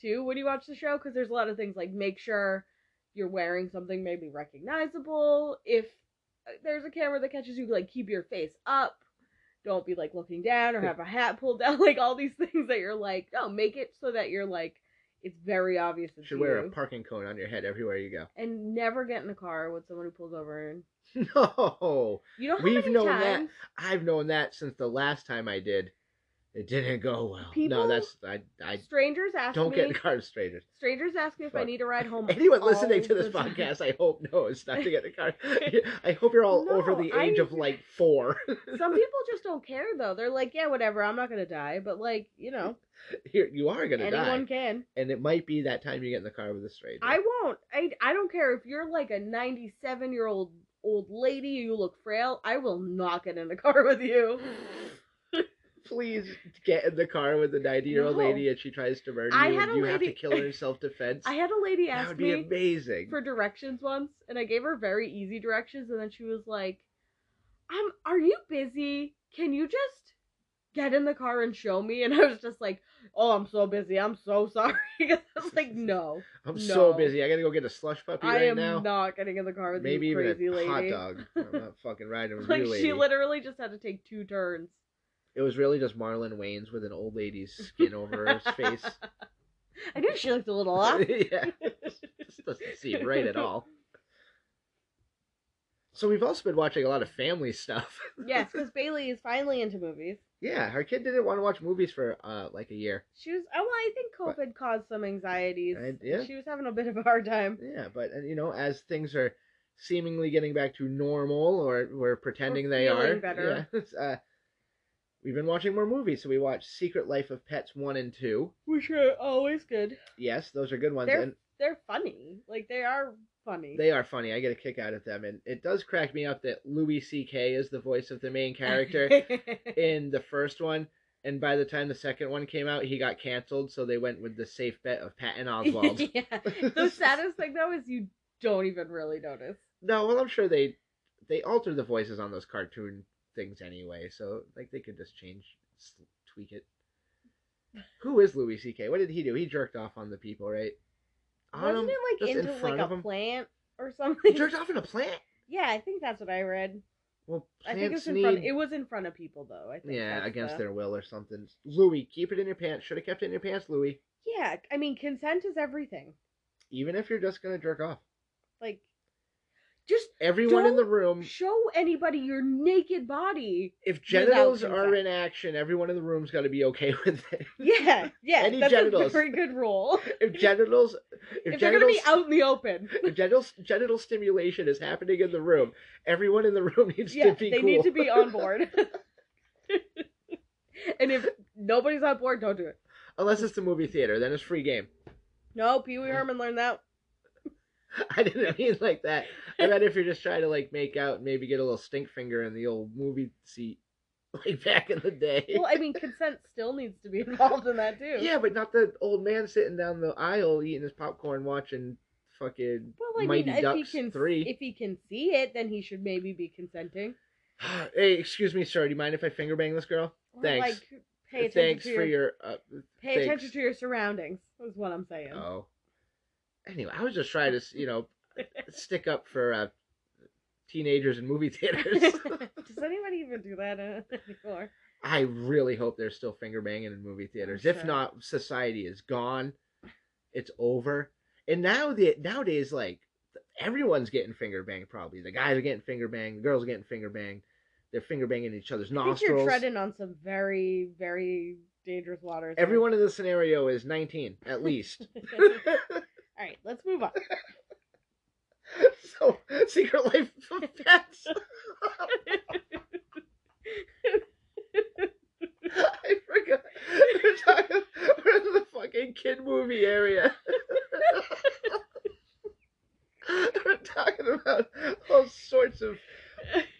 Speaker 2: too when you watch the show because there's a lot of things like make sure you're wearing something maybe recognizable if uh, there's a camera that catches you like keep your face up don't be like looking down or have a hat pulled down like all these things that you're like oh make it so that you're like it's very obvious
Speaker 1: You
Speaker 2: it's
Speaker 1: should
Speaker 2: you
Speaker 1: wear a parking cone on your head everywhere you go.
Speaker 2: and never get in a car with someone who pulls over and
Speaker 1: No,
Speaker 2: you know how
Speaker 1: We've
Speaker 2: many
Speaker 1: known that.
Speaker 2: times
Speaker 1: I've known that since the last time I did. It didn't go well. no,
Speaker 2: People-
Speaker 1: that's I. I
Speaker 2: strangers ask
Speaker 1: don't
Speaker 2: me
Speaker 1: get in cars strangers.
Speaker 2: Strangers ask me if I
Speaker 1: Fuck.
Speaker 2: need a ride home.
Speaker 1: Anyone
Speaker 2: all
Speaker 1: listening to
Speaker 2: the
Speaker 1: this
Speaker 2: time.
Speaker 1: podcast, I hope knows not to get in a car. I hope you're all over
Speaker 2: No,
Speaker 1: the
Speaker 2: I-
Speaker 1: age of like four.
Speaker 2: Some people just don't care though. They're like, yeah, whatever. I'm not gonna die, but like, you know,
Speaker 1: You're, you are gonna
Speaker 2: anyone
Speaker 1: die,
Speaker 2: can.
Speaker 1: and it might be that time you get in the car with a stranger.
Speaker 2: I won't. I I don't care if you're like a 97 year old old lady. You look frail. I will not get in the car with you.
Speaker 1: Please get in the car with the 90 year old
Speaker 2: No.
Speaker 1: lady and she tries to murder you
Speaker 2: I had
Speaker 1: and
Speaker 2: a
Speaker 1: you have to
Speaker 2: lady-
Speaker 1: kill her in self defense.
Speaker 2: I had a lady
Speaker 1: That would
Speaker 2: ask
Speaker 1: be
Speaker 2: me
Speaker 1: amazing.
Speaker 2: for directions once, and I gave her very easy directions, and then she was like, "I'm. Are you busy? Can you just get in the car and show me?" And I was just like, "Oh, I'm so busy. I'm so sorry." 'Cause I was like, "No,
Speaker 1: I'm so
Speaker 2: no.
Speaker 1: busy. I gotta go get a slush puppy
Speaker 2: I
Speaker 1: right
Speaker 2: am
Speaker 1: now.
Speaker 2: not getting in the car with
Speaker 1: Maybe
Speaker 2: you,
Speaker 1: even
Speaker 2: crazy
Speaker 1: a hot
Speaker 2: lady."
Speaker 1: dog. I'm not fucking riding with
Speaker 2: Like
Speaker 1: you, lady.
Speaker 2: she literally just had to take two turns.
Speaker 1: It was really just Marlon Wayne's with an old lady's skin over his face.
Speaker 2: I knew she looked a little off.
Speaker 1: yeah, this doesn't seem right at all. So we've also been watching a lot of family stuff.
Speaker 2: yes, because Bailey is finally into movies.
Speaker 1: yeah, her kid didn't want to watch movies for uh like a year.
Speaker 2: She was. Oh, well, I think
Speaker 1: But-
Speaker 2: COVID caused some anxieties.
Speaker 1: I- yeah.
Speaker 2: She was having a bit of a hard time.
Speaker 1: Yeah, but uh, you know, as things are seemingly getting back to normal, or we're pretending they
Speaker 2: feeling
Speaker 1: are,
Speaker 2: better.
Speaker 1: yeah, uh, we've been watching more movies. So we watched Secret Life of Pets one and two.
Speaker 2: Which are always good.
Speaker 1: Yes, those are good ones.
Speaker 2: They're
Speaker 1: and
Speaker 2: they're funny. Like they are funny.
Speaker 1: They are funny. I get a kick out of them, and it does crack me up that Louis C.K. is the voice of the main character in the first one. And by the time the second one came out, he got canceled, so they went with the safe bet of Patton Oswald.
Speaker 2: yeah. The saddest thing though is you don't even really notice.
Speaker 1: no, well, I'm sure they they alter the voices on those cartoon things anyway, so like they could just change, s- tweak it. Who is Louis C.K.? What did he do? He jerked off on the people, right? On
Speaker 2: Wasn't
Speaker 1: 'em?
Speaker 2: it like
Speaker 1: just in
Speaker 2: into
Speaker 1: front of
Speaker 2: like a
Speaker 1: 'em?
Speaker 2: plant or
Speaker 1: He
Speaker 2: something?
Speaker 1: jerked off in a plant.
Speaker 2: Yeah, I think that's what I read.
Speaker 1: Well,
Speaker 2: I
Speaker 1: plants
Speaker 2: think it was in
Speaker 1: need
Speaker 2: front. It was in front of people though. I think.
Speaker 1: yeah
Speaker 2: that's
Speaker 1: against
Speaker 2: the-
Speaker 1: their will or something. Louis, keep it in your pants. Should have kept it in your pants, Louis.
Speaker 2: Yeah, I mean, consent is everything.
Speaker 1: Even if you're just gonna jerk off,
Speaker 2: Like, just
Speaker 1: everyone in the room.
Speaker 2: show anybody your naked body.
Speaker 1: If genitals
Speaker 2: consent.
Speaker 1: are in action, everyone in the room's got to be okay with it.
Speaker 2: Yeah, yeah,
Speaker 1: Any
Speaker 2: that's a
Speaker 1: genitals.
Speaker 2: very good rule.
Speaker 1: If genitals, if,
Speaker 2: If, they're gonna
Speaker 1: genitals,
Speaker 2: be out in the open,
Speaker 1: if genital genital stimulation is happening in the room, everyone in the room needs
Speaker 2: yeah,
Speaker 1: to be
Speaker 2: they
Speaker 1: cool.
Speaker 2: need to be on board. and if nobody's on board, don't do it.
Speaker 1: Unless it's the movie theater, then it's free game.
Speaker 2: No, Pee Wee Herman learned that.
Speaker 1: I didn't mean like that. I meant if you're just trying to like make out and maybe get a little stink finger in the old movie seat, like back in the day.
Speaker 2: Well, I mean, consent still needs to be involved in that too.
Speaker 1: Yeah, but not the old man sitting down the aisle eating his popcorn, watching fucking
Speaker 2: Well, I
Speaker 1: Mighty
Speaker 2: mean, if he
Speaker 1: Ducks
Speaker 2: can,
Speaker 1: three.
Speaker 2: if he can see it, then he should maybe be consenting.
Speaker 1: hey, excuse me, sir. Do you mind if I finger bang this girl?
Speaker 2: Or,
Speaker 1: Thanks.
Speaker 2: Like, pay attention
Speaker 1: Thanks
Speaker 2: to
Speaker 1: for
Speaker 2: your,
Speaker 1: your. Uh,
Speaker 2: pay
Speaker 1: thanks.
Speaker 2: attention to your surroundings. Is what I'm saying.
Speaker 1: oh. Anyway, I was just trying to, you know, stick up for uh, teenagers in movie theaters.
Speaker 2: Does anybody even do that uh, anymore?
Speaker 1: I really hope they're still finger banging in movie theaters. If
Speaker 2: sure.
Speaker 1: not, society is gone. It's over. And now the nowadays, like everyone's getting finger banged. Probably the guys are getting finger banged. The girls are getting finger banged. They're finger banging each other's
Speaker 2: I think you're
Speaker 1: nostrils.
Speaker 2: treading on some very, very dangerous waters. here.
Speaker 1: Everyone in this scenario is 19 at least.
Speaker 2: All right, let's move on.
Speaker 1: so, Secret Life of Pets. I forgot. We're talking. We're in the fucking kid movie area. we're talking about all sorts of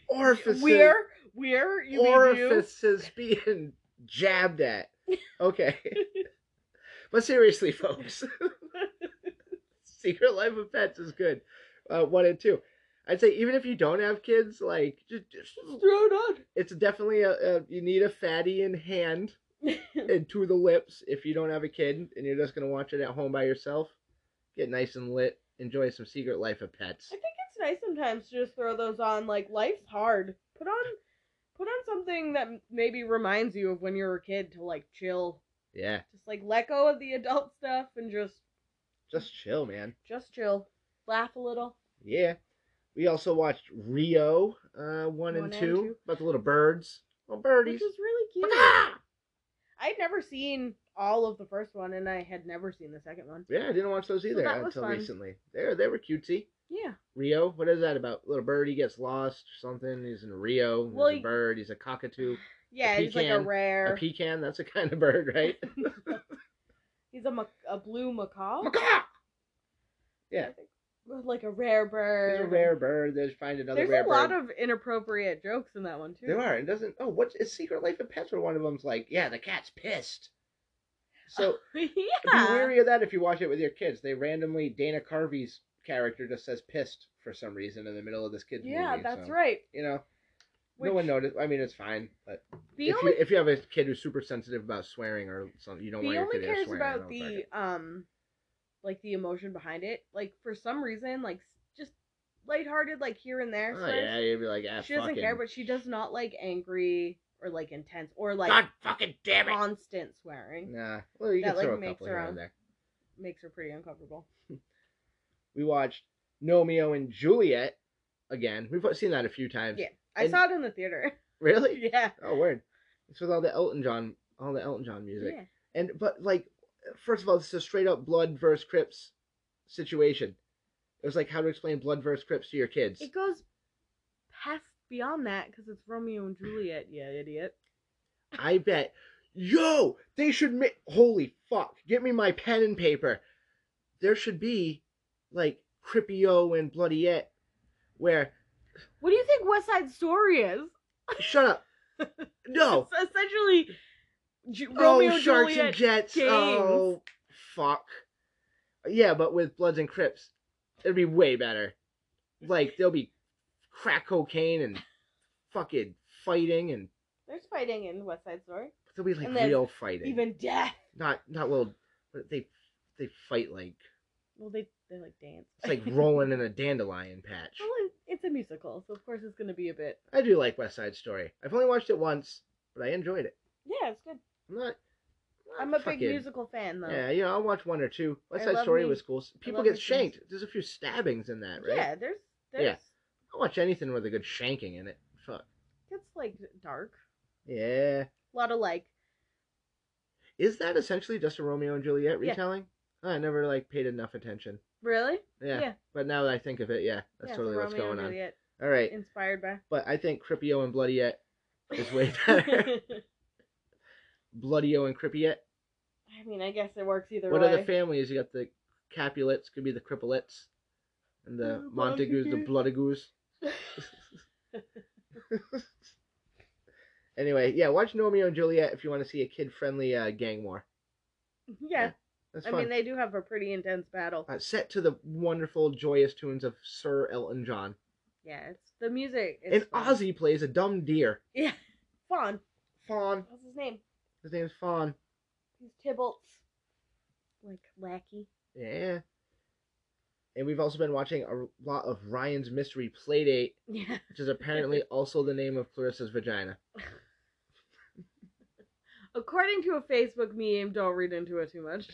Speaker 1: orifices.
Speaker 2: We're we're you mean
Speaker 1: orifices being jabbed at. Okay. but seriously, folks, Secret Life of Pets is good. Uh, one and two. I'd say even if you don't have kids, like just, just
Speaker 2: you. Thrown on.
Speaker 1: it's definitely a, a you need a fatty in hand and to the lips if you don't have a kid and you're just gonna watch it at home by yourself. Get nice and lit. Enjoy some Secret Life of Pets.
Speaker 2: I think it's nice sometimes to just throw those on. Like life's hard. Put on, put on something that m- maybe reminds you of when you were a kid to like chill.
Speaker 1: Yeah,
Speaker 2: Just like let go of the adult stuff and just
Speaker 1: just chill, man.
Speaker 2: just chill. Laugh a little.
Speaker 1: Yeah. We also watched Rio uh, one, and,
Speaker 2: One and
Speaker 1: two,
Speaker 2: two.
Speaker 1: about the little birds, little
Speaker 2: Which
Speaker 1: birdies.
Speaker 2: is really cute.
Speaker 1: Ah!
Speaker 2: I'd never seen all of the first one and I had never seen the second one.
Speaker 1: Yeah, I didn't watch those either
Speaker 2: that was
Speaker 1: until
Speaker 2: fun.
Speaker 1: recently. They they were cutesy.
Speaker 2: Yeah.
Speaker 1: Rio, what is that about? Little birdie gets lost or something. He's in Rio. He's
Speaker 2: Well,
Speaker 1: a
Speaker 2: he-
Speaker 1: bird. He's a cockatoo.
Speaker 2: Yeah,
Speaker 1: A
Speaker 2: he's like a
Speaker 1: pecan. A
Speaker 2: rare.
Speaker 1: pecan. That's a kind of bird, right?
Speaker 2: he's a, mac- a blue macaw.
Speaker 1: Macaw! Yeah.
Speaker 2: I think. Like a rare bird.
Speaker 1: There's a rare bird. There's find another
Speaker 2: There's
Speaker 1: rare
Speaker 2: a lot
Speaker 1: bird.
Speaker 2: of inappropriate jokes in that one too.
Speaker 1: there are. It doesn't. Oh, what's it's Secret Life of Pets? Where one of them's like, yeah, the cat's pissed. So
Speaker 2: yeah.
Speaker 1: be wary of that if you watch it with your kids. They randomly Dana Carvey's character just says pissed for some reason in the middle of this kid's
Speaker 2: Yeah,
Speaker 1: movie.
Speaker 2: that's
Speaker 1: so,
Speaker 2: right.
Speaker 1: You know,
Speaker 2: Which,
Speaker 1: no one noticed. I mean, it's fine, but
Speaker 2: The
Speaker 1: if
Speaker 2: only
Speaker 1: you if you have a kid who's super sensitive about swearing or something, you don't want
Speaker 2: the
Speaker 1: your
Speaker 2: only
Speaker 1: kid to
Speaker 2: cares
Speaker 1: swear.
Speaker 2: about the um, like the emotion behind it. Like for some reason, like s- just lighthearted, like here and there.
Speaker 1: Oh
Speaker 2: swears.
Speaker 1: yeah, you'd be like, ah,
Speaker 2: she doesn't
Speaker 1: fucking,
Speaker 2: care, but she does not like angry or like intense or like
Speaker 1: God fucking damn it.
Speaker 2: constant swearing.
Speaker 1: Nah, well you can
Speaker 2: That, like,
Speaker 1: throw a
Speaker 2: makes
Speaker 1: couple
Speaker 2: her
Speaker 1: here
Speaker 2: own.
Speaker 1: and there.
Speaker 2: Makes her pretty uncomfortable.
Speaker 1: We watched Romeo and Juliet again. We've seen that a few times.
Speaker 2: Yeah. I
Speaker 1: And-
Speaker 2: saw it in the theater.
Speaker 1: Really?
Speaker 2: yeah.
Speaker 1: Oh, word. It's with all the Elton John, all the Elton John music.
Speaker 2: Yeah.
Speaker 1: And but like, first of all, this is a straight up blood versus Crips situation. It was like how to explain blood versus Crips to your kids.
Speaker 2: It goes past beyond that because it's Romeo and Juliet. Yeah, idiot.
Speaker 1: I bet, yo, they should make. Holy fuck! Get me my pen and paper. There should be, like, Crippio and Bloody It, where
Speaker 2: What do you think West Side Story is?
Speaker 1: shut up. No.
Speaker 2: It's essentially Ju- Romeo
Speaker 1: oh,
Speaker 2: and
Speaker 1: sharks
Speaker 2: Juliet.
Speaker 1: and jets.
Speaker 2: James.
Speaker 1: Oh, fuck. Yeah, but with Bloods and Crips, it'd be way better. Like there'll be crack cocaine and fucking fighting, and
Speaker 2: There's fighting in West Side Story.
Speaker 1: there'll be like
Speaker 2: And then
Speaker 1: real fighting.
Speaker 2: Even death.
Speaker 1: not not little. But they they fight like
Speaker 2: Well, they they like dance.
Speaker 1: it's like rolling in a dandelion patch.
Speaker 2: well, it- it's a musical, so of course it's gonna be a bit.
Speaker 1: I do like West Side Story. I've only watched it once, but I enjoyed it.
Speaker 2: Yeah, it's good.
Speaker 1: I'm not.
Speaker 2: I'm a
Speaker 1: fucking-
Speaker 2: big musical fan though.
Speaker 1: Yeah, you know, I'll watch one or two. West
Speaker 2: I
Speaker 1: Side
Speaker 2: love
Speaker 1: Story
Speaker 2: me-
Speaker 1: was cool. People
Speaker 2: love me
Speaker 1: get
Speaker 2: some-
Speaker 1: shanked. There's a few stabbings in that, right?
Speaker 2: Yeah, there's
Speaker 1: Yeah.
Speaker 2: there's
Speaker 1: I'll watch anything with a good shanking in it. Fuck.
Speaker 2: it's like dark.
Speaker 1: Yeah.
Speaker 2: A lot of like
Speaker 1: Is that essentially just a Romeo and Juliet
Speaker 2: Yeah.
Speaker 1: retelling? I never like paid enough attention.
Speaker 2: really.
Speaker 1: Yeah.
Speaker 2: Yeah.
Speaker 1: But now that I think of it, yeah, that's
Speaker 2: yeah,
Speaker 1: totally
Speaker 2: so
Speaker 1: what's
Speaker 2: Romeo
Speaker 1: going
Speaker 2: and
Speaker 1: on.
Speaker 2: Juliet,
Speaker 1: All right.
Speaker 2: Inspired by.
Speaker 1: But I think Crippio and Bloodyette, It's way better. Bloodio and Crippiette.
Speaker 2: I mean, I guess it works either
Speaker 1: What
Speaker 2: way.
Speaker 1: are the families? You got the Capulets, could be the Cripplets, and the
Speaker 2: The
Speaker 1: Montagues, the Bloodagoos. anyway, yeah, watch Romeo and Juliet if you want to see a kid-friendly uh, gang war.
Speaker 2: yeah,
Speaker 1: That's
Speaker 2: I
Speaker 1: fun.
Speaker 2: mean they do have a pretty intense battle.
Speaker 1: uh, set to the wonderful, joyous tunes of Sir Elton John.
Speaker 2: Yeah, it's the music. Is
Speaker 1: and
Speaker 2: fun.
Speaker 1: Ozzy plays a dumb deer.
Speaker 2: Yeah, Fawn.
Speaker 1: Fawn.
Speaker 2: What's his name?
Speaker 1: His name's Fawn.
Speaker 2: He's Tybalt's like lackey.
Speaker 1: Yeah. And we've also been watching a lot of Ryan's Mystery Playdate,
Speaker 2: Yeah.
Speaker 1: which is apparently also the name of Clarissa's vagina.
Speaker 2: According to a Facebook meme, don't read into it too much.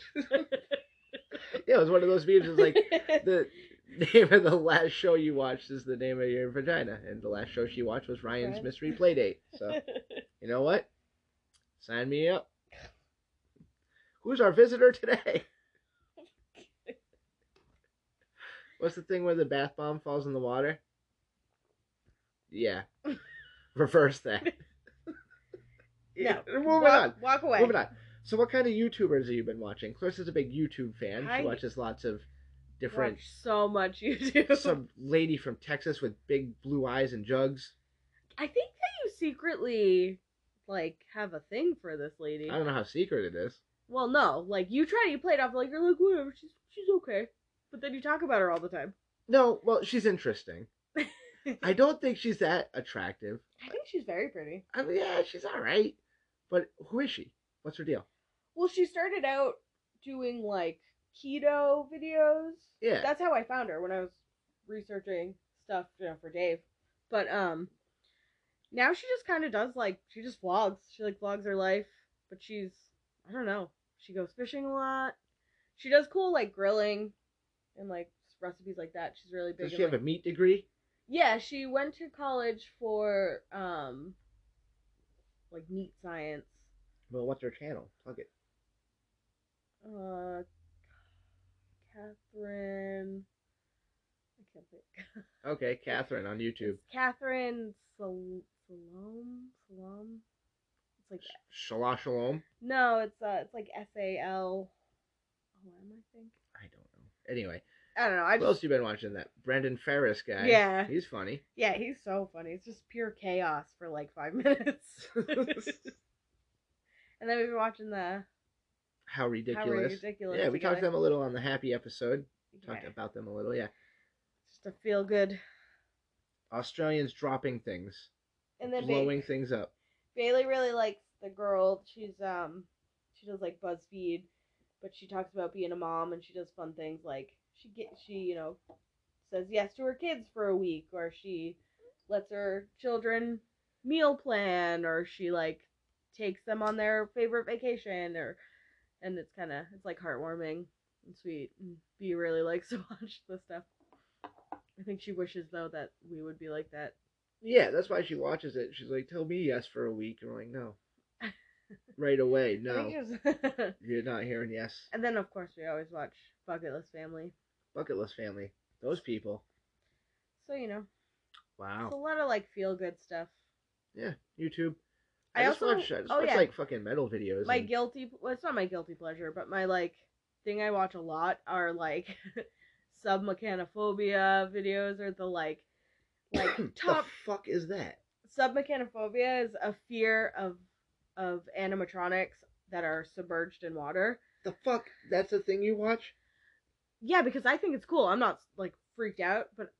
Speaker 1: Yeah, it was one of those memes. It's like the name of the last show you watched is the name of your vagina, and the last show she watched was Ryan's
Speaker 2: Right.
Speaker 1: Mystery Playdate. So you know what? Sign me up. Who's our visitor today? What's the thing where the bath bomb falls in the water? Yeah. Reverse that.
Speaker 2: no,
Speaker 1: Moving
Speaker 2: walk,
Speaker 1: on.
Speaker 2: walk away.
Speaker 1: Moving on. So, what kind of YouTubers have you been watching? Clarissa's a big YouTube fan. She
Speaker 2: I-
Speaker 1: watches lots of different
Speaker 2: Watch so much YouTube.
Speaker 1: some lady from Texas with big blue eyes and jugs.
Speaker 2: I think that you secretly like have a thing for this lady.
Speaker 1: I don't know how secret it is.
Speaker 2: Well, no, like you try to play it off like you're like whatever, she's she's okay, but then you talk about her all the time.
Speaker 1: No, well, she's interesting. I don't think she's that attractive.
Speaker 2: I think she's very pretty.
Speaker 1: I mean, yeah, she's all right, but who is she? What's her deal?
Speaker 2: Well, she started out doing like keto videos.
Speaker 1: Yeah.
Speaker 2: That's how I found her when I was researching stuff, you know, for Dave. But um now she just kind of does like she just vlogs. She like vlogs her life, but she's I don't know. She goes fishing a lot. She does cool like grilling and like recipes like that. She's really big.
Speaker 1: Does
Speaker 2: in,
Speaker 1: she have
Speaker 2: like-
Speaker 1: a meat degree?
Speaker 2: yeah, she went to college for um like meat science.
Speaker 1: Well, what's her channel? Plug it.
Speaker 2: Uh, Catherine. I can't think.
Speaker 1: Okay, Catherine on YouTube.
Speaker 2: Catherine Sal- Salome. Salome. It's like
Speaker 1: Shala Shalom.
Speaker 2: no, it's uh, it's like S A L. O M, I think.
Speaker 1: I don't know. Anyway,
Speaker 2: I don't know. I
Speaker 1: who
Speaker 2: just
Speaker 1: else you been watching? That Brendan Ferris guy.
Speaker 2: Yeah.
Speaker 1: he's funny.
Speaker 2: yeah, he's so funny. It's just pure chaos for like five minutes. and then we've been watching the
Speaker 1: How ridiculous!
Speaker 2: how ridiculous.
Speaker 1: yeah, we talked to
Speaker 2: together.
Speaker 1: them a little on the happy episode. Talked
Speaker 2: Yeah,
Speaker 1: about them a little. Yeah,
Speaker 2: just a feel good.
Speaker 1: Australians dropping things.
Speaker 2: And then ba-
Speaker 1: blowing things up.
Speaker 2: Bailey really likes the girl. She's um she does like BuzzFeed, but she talks about being a mom and she does fun things like she get she, you know, says yes to her kids for a week or she lets her children meal plan or she like takes them on their favorite vacation or and it's kind of it's like heartwarming and sweet. And B really likes to watch this stuff. I think she wishes though that we would be like that.
Speaker 1: Yeah, that's why she watches it. She's like, "Tell me yes for a week," and we're like, "No." right away,
Speaker 2: I
Speaker 1: no.
Speaker 2: think it's-
Speaker 1: You're not hearing yes.
Speaker 2: And then, of course, we always watch Bucket List Family.
Speaker 1: Bucket list family. Those people.
Speaker 2: So, you know, it's a
Speaker 1: Wow.
Speaker 2: lot of like feel good stuff.
Speaker 1: Yeah, YouTube. I,
Speaker 2: I,
Speaker 1: just
Speaker 2: also,
Speaker 1: watch. I just
Speaker 2: oh,
Speaker 1: watch
Speaker 2: yeah,
Speaker 1: like fucking metal videos.
Speaker 2: my
Speaker 1: and-
Speaker 2: guilty, well, it's not my guilty pleasure, but my like thing I watch a lot are like sub mechanophobia videos are the like like
Speaker 1: What
Speaker 2: top
Speaker 1: the fuck is that?
Speaker 2: submechanophobia is a fear of of animatronics that are submerged in water.
Speaker 1: The fuck? That's a thing you watch?
Speaker 2: Yeah, because I think it's cool. I'm not like freaked out, but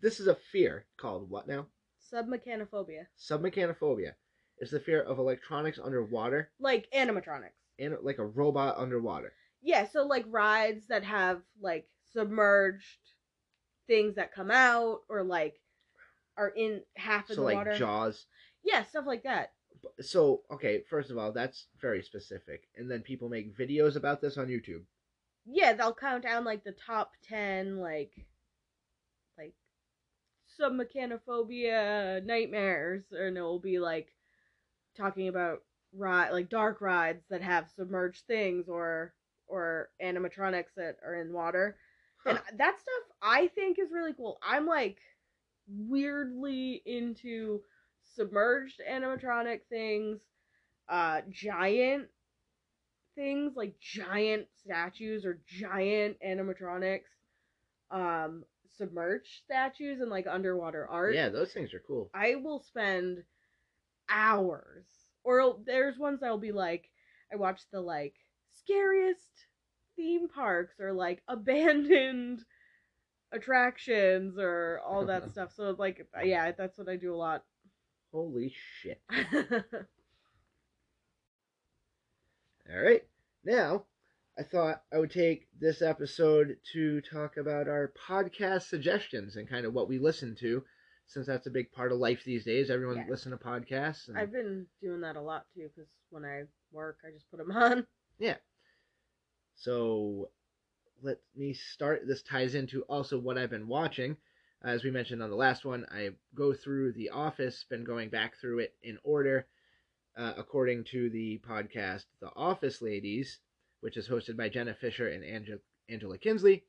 Speaker 1: this is a fear called what now?
Speaker 2: submechanophobia,
Speaker 1: Submechanophobia. It's the fear of electronics underwater
Speaker 2: like animatronics.
Speaker 1: and like a robot underwater.
Speaker 2: Yeah, so like rides that have like submerged things that come out or like are in half of
Speaker 1: So
Speaker 2: the
Speaker 1: like
Speaker 2: water.
Speaker 1: Jaws.
Speaker 2: yeah, stuff like that.
Speaker 1: So okay, first of all, that's very specific, and then people make videos about this on YouTube.
Speaker 2: Yeah, they'll count down like the top ten like like submechanophobia nightmares and it'll be like talking about ride like dark rides that have submerged things or or animatronics that are in water.
Speaker 1: Huh.
Speaker 2: And that stuff I think is really cool. I'm like weirdly into submerged animatronic things, uh giant things like giant statues or giant animatronics, um submerged statues and like underwater art.
Speaker 1: Yeah, those things are cool.
Speaker 2: I will spend hours. Or there's ones that'll be like, I watched the like scariest theme parks or like abandoned attractions or all that stuff. So like, yeah, that's what I do a lot.
Speaker 1: Holy shit! All right, now I thought I would take this episode to talk about our podcast suggestions and kind of what we listen to, since that's a big part of life these days. Everyone
Speaker 2: Yeah.
Speaker 1: listen to podcasts. And...
Speaker 2: I've been doing that a lot too because when I work, I just put them on.
Speaker 1: So let me start. This ties into also what I've been watching. As we mentioned on the last one, I go through The Office, been going back through it in order uh, according to the podcast The Office Ladies, which is hosted by Jenna Fisher and Angela, Angela Kinsley,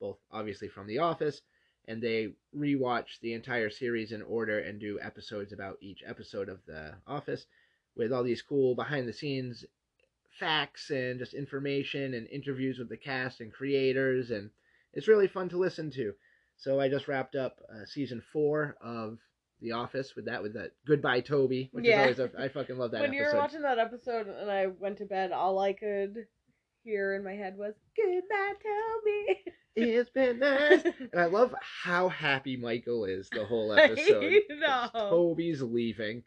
Speaker 1: both obviously from The Office. And they rewatch the entire series in order and do episodes about each episode of The Office with all these cool behind the scenes facts and just information and interviews with the cast and creators and it's really fun to listen to so i just wrapped up uh, season four of the office with that with that goodbye toby which
Speaker 2: Yeah.
Speaker 1: is always a, i fucking love that
Speaker 2: when you
Speaker 1: episode
Speaker 2: were watching that episode and I went to bed, all I could hear in my head was "Goodbye, Toby."
Speaker 1: it's been nice and i love how happy michael is the whole
Speaker 2: I
Speaker 1: episode
Speaker 2: know.
Speaker 1: It's toby's leaving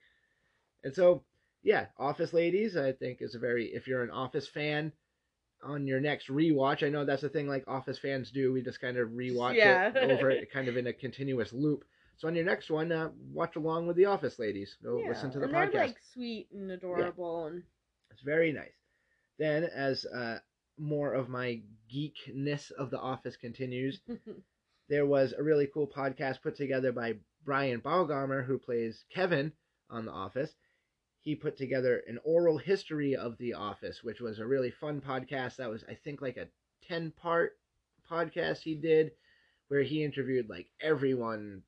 Speaker 1: and so yeah office ladies i think is a very if you're an office fan on your next rewatch i know that's a thing like office fans do we just kind of rewatch
Speaker 2: Yeah.
Speaker 1: it over it kind of in a continuous loop so on your next one uh, watch along with the office ladies go
Speaker 2: Yeah,
Speaker 1: listen to the
Speaker 2: and
Speaker 1: podcast
Speaker 2: They're like sweet and adorable, and
Speaker 1: It's very nice. Then, as uh, more of my geekness of The Office continues, there was a really cool podcast put together by Brian Balgamer, who plays Kevin on The Office. He put together an oral history of The Office, which was a really fun podcast. That was, I think, like a 10 part podcast he did where he interviewed like everyone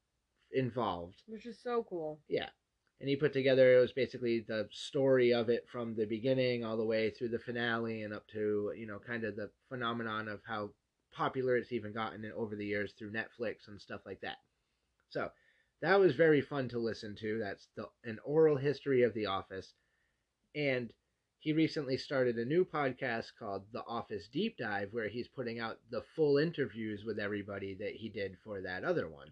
Speaker 1: involved
Speaker 2: which is so cool.
Speaker 1: and he put together it was basically the story of it from the beginning all the way through the finale and up to you know kind of the phenomenon of how popular it's even gotten in- over the years through Netflix and stuff like that. So that was very fun to listen to. That's the an oral history of The Office, and he recently started a new podcast called The Office Deep Dive, where he's putting out the full interviews with everybody that he did for that other one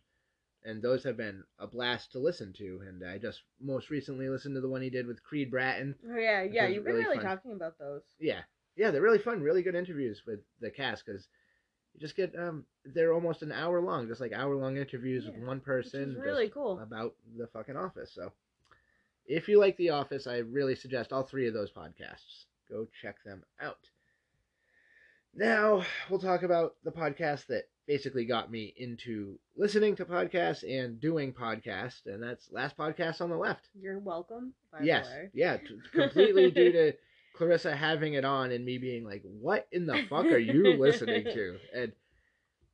Speaker 1: and those have been a blast to listen to. And I just most recently listened to the one he did with Creed Bratton.
Speaker 2: Oh yeah,
Speaker 1: Which
Speaker 2: yeah.
Speaker 1: is
Speaker 2: You've been
Speaker 1: really
Speaker 2: really,
Speaker 1: fun.
Speaker 2: talking about those.
Speaker 1: Yeah, yeah, they're really fun, really good interviews with the cast because you just get um, they're almost an hour long, just like hour long interviews with
Speaker 2: Yeah,
Speaker 1: one
Speaker 2: Which
Speaker 1: person.
Speaker 2: is
Speaker 1: just uh,
Speaker 2: really cool.
Speaker 1: about the fucking Office. So if you like The Office, I really suggest all three of those podcasts. Go check them out. Now we'll talk about the podcast that basically got me into listening to podcasts and doing podcasts, and that's Last Podcast on the Left.
Speaker 2: You're welcome. By
Speaker 1: yes,
Speaker 2: The way. Oh,
Speaker 1: yeah, t- completely due to Clarissa having it on and me being like, "What in the fuck are you listening to?" And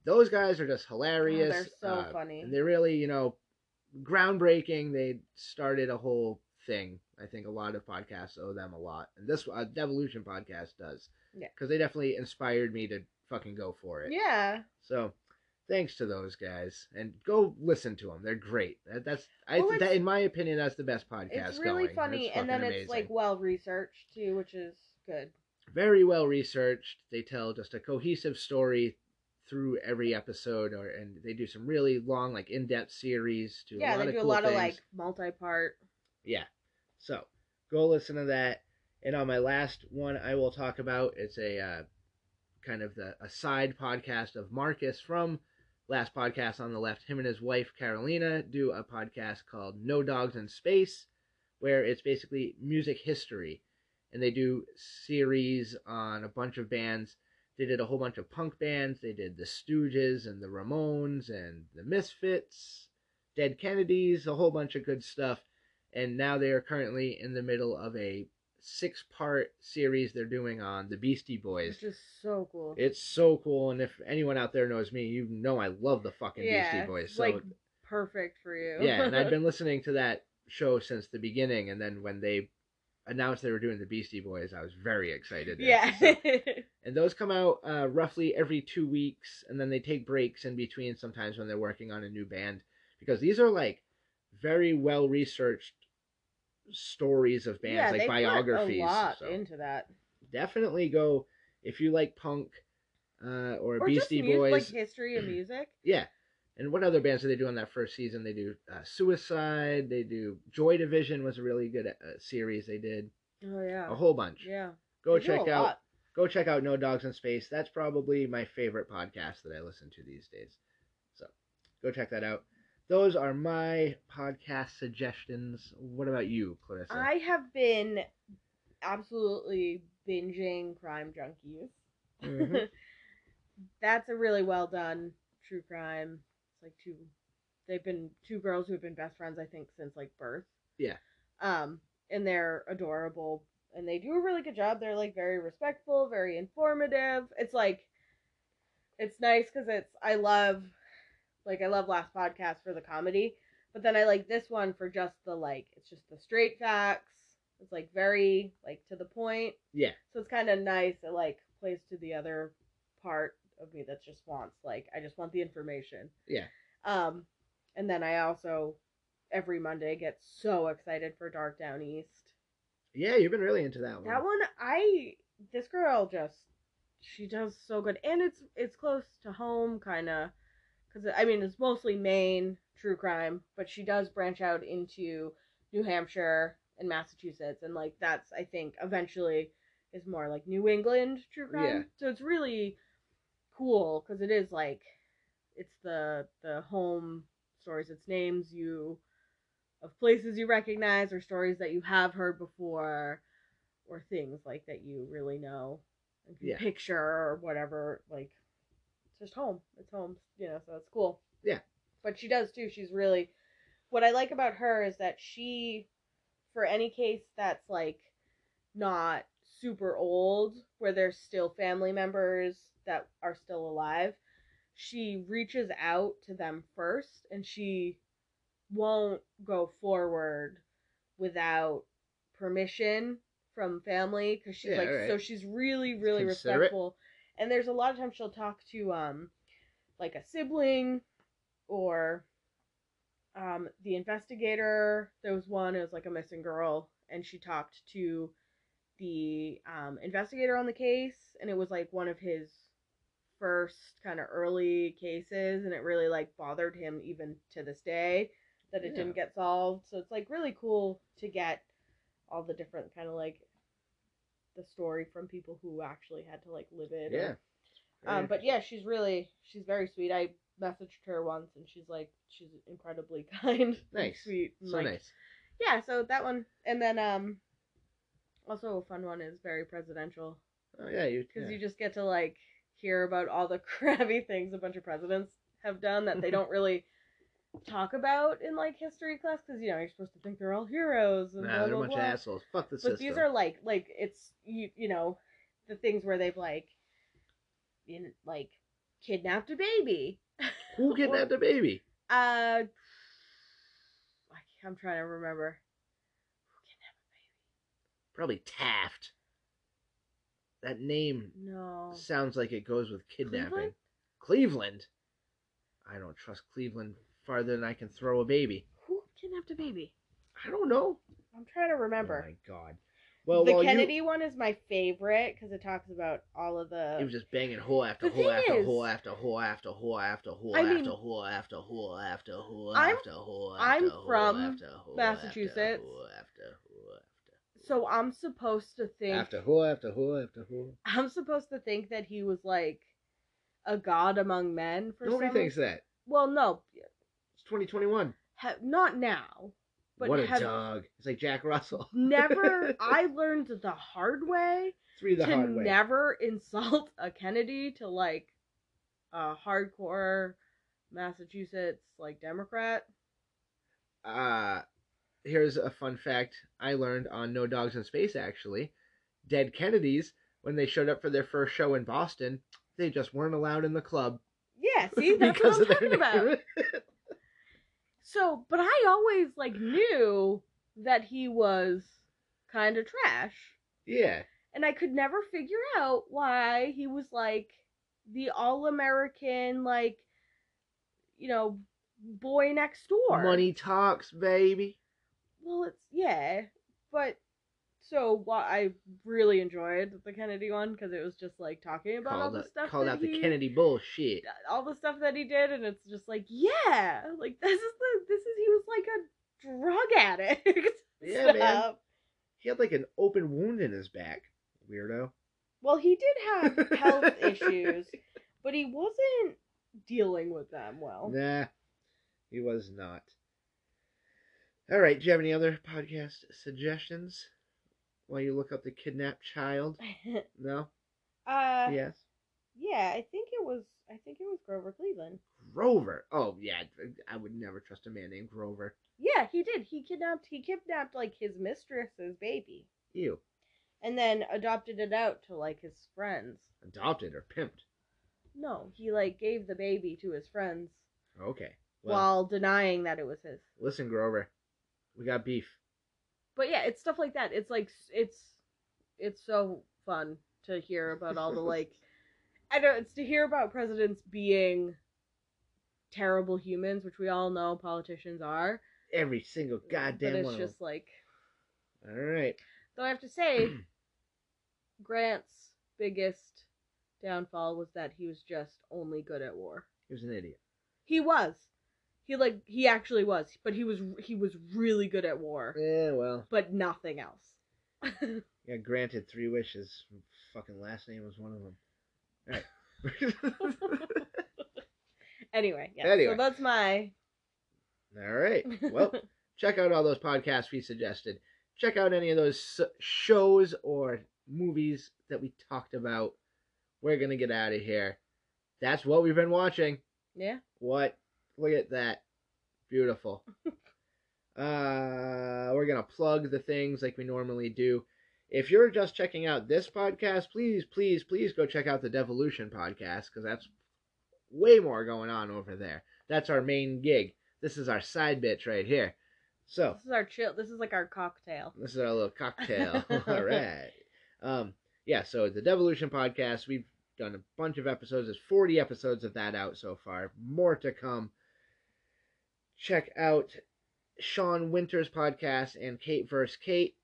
Speaker 1: those guys are just
Speaker 2: Oh,
Speaker 1: hilarious.
Speaker 2: they're so
Speaker 1: Uh,
Speaker 2: funny.
Speaker 1: and they're really, you know, groundbreaking. They started a whole thing. I think a lot of podcasts owe them a lot, and this uh, Devolution podcast does.
Speaker 2: Yeah.
Speaker 1: because they definitely inspired me to fucking go for it.
Speaker 2: Yeah.
Speaker 1: So, thanks to those guys, and go listen to them. They're great. That, that's I
Speaker 2: Well,
Speaker 1: th- that
Speaker 2: it's-
Speaker 1: in my opinion, that's the best podcast.
Speaker 2: it's really
Speaker 1: going.
Speaker 2: funny
Speaker 1: That's
Speaker 2: and then
Speaker 1: fucking
Speaker 2: it's like
Speaker 1: amazing.
Speaker 2: well researched too which is good
Speaker 1: very well researched. They tell just a cohesive story through every episode, or and they do some really long, like in depth series. Do a
Speaker 2: yeah
Speaker 1: lot
Speaker 2: they
Speaker 1: of
Speaker 2: do
Speaker 1: cool
Speaker 2: a lot
Speaker 1: things.
Speaker 2: of like multi-part
Speaker 1: yeah. So go listen to that. And on my last one, I will talk about it's a uh, kind of the a side podcast of Marcus from last podcast on the left. Him and his wife Carolina do a podcast called No Dogs in Space, where it's basically music history, and they do series on a bunch of bands. They did a whole bunch of punk bands. They did the Stooges and the Ramones and the Misfits, Dead Kennedys, a whole bunch of good stuff and now they are currently in the middle of a six part series they're doing on the Beastie Boys.
Speaker 2: which is so cool
Speaker 1: It's so cool, and if anyone out there knows me, you know I love the fucking
Speaker 2: yeah
Speaker 1: Beastie Boys.
Speaker 2: it's,
Speaker 1: So
Speaker 2: like perfect for you
Speaker 1: yeah, and I've been listening to that show since the beginning, and then when they announced they were doing the Beastie Boys, I was very excited.
Speaker 2: yeah
Speaker 1: So- and those come out uh, roughly every two weeks and then they take breaks in between sometimes when they're working on a new band because these are like very well researched stories of bands
Speaker 2: yeah,
Speaker 1: like
Speaker 2: they put
Speaker 1: biographies
Speaker 2: a lot
Speaker 1: so
Speaker 2: into that
Speaker 1: definitely go if you like punk uh, or,
Speaker 2: or just
Speaker 1: beastie
Speaker 2: music,
Speaker 1: boys
Speaker 2: like history and music
Speaker 1: yeah and what other bands did they do on that first season they do uh, suicide they do joy division was a really good uh, series they did
Speaker 2: oh yeah
Speaker 1: a whole bunch
Speaker 2: yeah
Speaker 1: go
Speaker 2: They do
Speaker 1: check
Speaker 2: a
Speaker 1: out
Speaker 2: lot.
Speaker 1: go check out No Dogs in Space. That's probably my favorite podcast that I listen to these days. So go check that out. Those are my podcast suggestions. What about you, Clarissa?
Speaker 2: i have been absolutely binging crime junkies
Speaker 1: Mhm.
Speaker 2: That's a really well done true crime. It's like two they've been two girls who have been best friends I think since like birth.
Speaker 1: Yeah.
Speaker 2: Um and they're adorable and they do a really good job. They're like very respectful, very informative. It's like it's nice cuz it's I love like I love last podcast for the comedy, but then I like this one for just the like it's just the straight facts. It's like very like to the point.
Speaker 1: Yeah.
Speaker 2: So it's kind of nice. It like plays to the other part of me that just wants like I just want the information.
Speaker 1: Yeah.
Speaker 2: Um, and then I also every Monday get so excited for Dark Down East.
Speaker 1: Yeah, you've been really into that one.
Speaker 2: That one I this girl just she does so good and it's it's close to home kind of cuz I mean it's mostly Maine true crime, but she does branch out into New Hampshire and Massachusetts and like that's I think eventually is more like New England true crime.
Speaker 1: Yeah.
Speaker 2: So it's really cool cuz it is like it's the the home stories it's names you of places you recognize or stories that you have heard before or things like that you really know and can
Speaker 1: Yeah.
Speaker 2: picture or whatever like it's just home it's home you know so it's cool
Speaker 1: Yeah.
Speaker 2: but she does too she's really what i like about her is that she for any case that's like not super old where there's still family members that are still alive she reaches out to them first and she won't go forward without permission from family because she's
Speaker 1: Yeah,
Speaker 2: like
Speaker 1: alright.
Speaker 2: so she's really really
Speaker 1: Considerate.
Speaker 2: respectful and there's a lot of times she'll talk to um like a sibling or um the investigator there was one it was like a missing girl and she talked to the um investigator on the case and it was like one of his first kind of early cases and it really like bothered him even to this day that it
Speaker 1: Yeah.
Speaker 2: didn't get solved so it's like really cool to get all the different kind of like the story from people who actually had to like live it or-
Speaker 1: Yeah.
Speaker 2: um, but yeah, she's really she's very sweet. I messaged her once, and she's like she's incredibly kind, and
Speaker 1: Nice.
Speaker 2: sweet, and
Speaker 1: so
Speaker 2: like,
Speaker 1: nice.
Speaker 2: Yeah, so that one, and then um, also a fun one is very presidential
Speaker 1: Oh yeah, you.
Speaker 2: because
Speaker 1: Yeah.
Speaker 2: you just get to like hear about all the crabby things a bunch of presidents have done that they don't really talk about in like history class because you know you're supposed to think they're all heroes and
Speaker 1: Nah,
Speaker 2: blah,
Speaker 1: they're a
Speaker 2: blah,
Speaker 1: bunch
Speaker 2: blah
Speaker 1: of assholes. Fuck the
Speaker 2: but
Speaker 1: system.
Speaker 2: these are like like it's you you know the things where they've like in like kidnapped a baby
Speaker 1: Who kidnapped a baby?
Speaker 2: uh I- i'm trying to remember
Speaker 1: Probably Taft. That name
Speaker 2: No.
Speaker 1: sounds like it goes with kidnapping.
Speaker 2: Oh. Cleveland?
Speaker 1: Cleveland? I don't trust Cleveland farther than I can throw a baby.
Speaker 2: Who kidnapped a baby?
Speaker 1: I don't know.
Speaker 2: I'm trying to remember.
Speaker 1: Oh my god. Well,
Speaker 2: the
Speaker 1: while
Speaker 2: Kennedy one is my favorite because it talks about all of the.
Speaker 1: you, he was just banging hole after
Speaker 2: The
Speaker 1: hole
Speaker 2: thing
Speaker 1: after
Speaker 2: is-
Speaker 1: hole after hole after hole after hole
Speaker 2: I
Speaker 1: after
Speaker 2: mean-
Speaker 1: hole after hole after hole
Speaker 2: I'm-
Speaker 1: after hole
Speaker 2: I'm
Speaker 1: after hole
Speaker 2: from
Speaker 1: after hole
Speaker 2: Massachusetts.
Speaker 1: after hole after hole
Speaker 2: so I'm supposed to think.
Speaker 1: after hole after hole after hole.
Speaker 2: I'm supposed to think that he was like a god among men for
Speaker 1: Nobody
Speaker 2: some.
Speaker 1: thinks that.
Speaker 2: Well, no,
Speaker 1: It's 2021.
Speaker 2: ha- not now. But
Speaker 1: what a
Speaker 2: have
Speaker 1: dog. It's like Jack Russell.
Speaker 2: never. I learned the hard way
Speaker 1: Three the
Speaker 2: to
Speaker 1: hard way.
Speaker 2: never insult a Kennedy to like a hardcore Massachusetts like Democrat.
Speaker 1: uh here's a fun fact I learned on No Dogs in Space actually. Dead Kennedys, when they showed up for their first show in Boston, they just weren't allowed in the club.
Speaker 2: Yeah, see, that's
Speaker 1: because
Speaker 2: what I'm
Speaker 1: of
Speaker 2: talking
Speaker 1: their
Speaker 2: about.
Speaker 1: name.
Speaker 2: So, but I always like knew that he was kind of trash,
Speaker 1: yeah.
Speaker 2: and I could never figure out why he was like the all-American, like you know, boy next door.
Speaker 1: Money talks, baby.
Speaker 2: Well, it's yeah, but so what I really enjoyed the Kennedy one because it was just like talking about all
Speaker 1: Called,
Speaker 2: the
Speaker 1: out-
Speaker 2: stuff
Speaker 1: called
Speaker 2: that
Speaker 1: out
Speaker 2: he,
Speaker 1: the Kennedy bullshit.
Speaker 2: all the stuff that he did, and it's just like yeah, like this is the this is he was like a drug addict.
Speaker 1: Yeah, man.
Speaker 2: stuff.
Speaker 1: He had like an open wound in his back. Weirdo.
Speaker 2: Well, he did have health issues, but he wasn't dealing with them well.
Speaker 1: Nah, he was not. All right, do you have any other podcast suggestions while you look up the kidnapped child? No?
Speaker 2: uh, yeah.
Speaker 1: Yes.
Speaker 2: I think it was I think it was Grover Cleveland.
Speaker 1: Grover. Oh, yeah. I would never trust a man named Grover.
Speaker 2: Yeah, he did. He kidnapped he kidnapped like his mistress's baby.
Speaker 1: Ew.
Speaker 2: and then adopted it out to like his friends.
Speaker 1: Adopted or pimped.
Speaker 2: No, he like gave the baby to his friends
Speaker 1: Okay. Well,
Speaker 2: while denying that it was his.
Speaker 1: listen, Grover. We got beef.
Speaker 2: But yeah, it's stuff like that. It's like s- it's it's so fun to hear about all the like I don't it's to hear about presidents being terrible humans, which we all know politicians are.
Speaker 1: Every single goddamn
Speaker 2: But it's
Speaker 1: one.
Speaker 2: just like
Speaker 1: of them. All right.
Speaker 2: though I have to say Grant's biggest downfall was that he was just only good at war.
Speaker 1: He was an idiot.
Speaker 2: He was. He like he actually was, but he was he was really good at war,
Speaker 1: Yeah, well.
Speaker 2: but nothing else.
Speaker 1: Yeah, granted, three wishes. Fucking last name was one of them. All right.
Speaker 2: Anyway, yeah.
Speaker 1: Anyway.
Speaker 2: So that's my
Speaker 1: All right. Well, check out all those podcasts we suggested. Check out any of those s- shows or movies that we talked about. We're going to get out of here. That's what we've been watching.
Speaker 2: yeah.
Speaker 1: What? Look at that. Beautiful. uh, we're going to plug the things like we normally do. If you're just checking out this podcast, please, please, please go check out the Devolution podcast because that's way more going on over there. That's our main gig. This is our side bitch right here. So,
Speaker 2: This is our chill. This is like our cocktail.
Speaker 1: this is our little cocktail. All right. Um, yeah, so the Devolution podcast, we've done a bunch of episodes. There's 40 episodes of that out so far. More to come. Check out Sean Winter's podcast and Kate vs. Kate.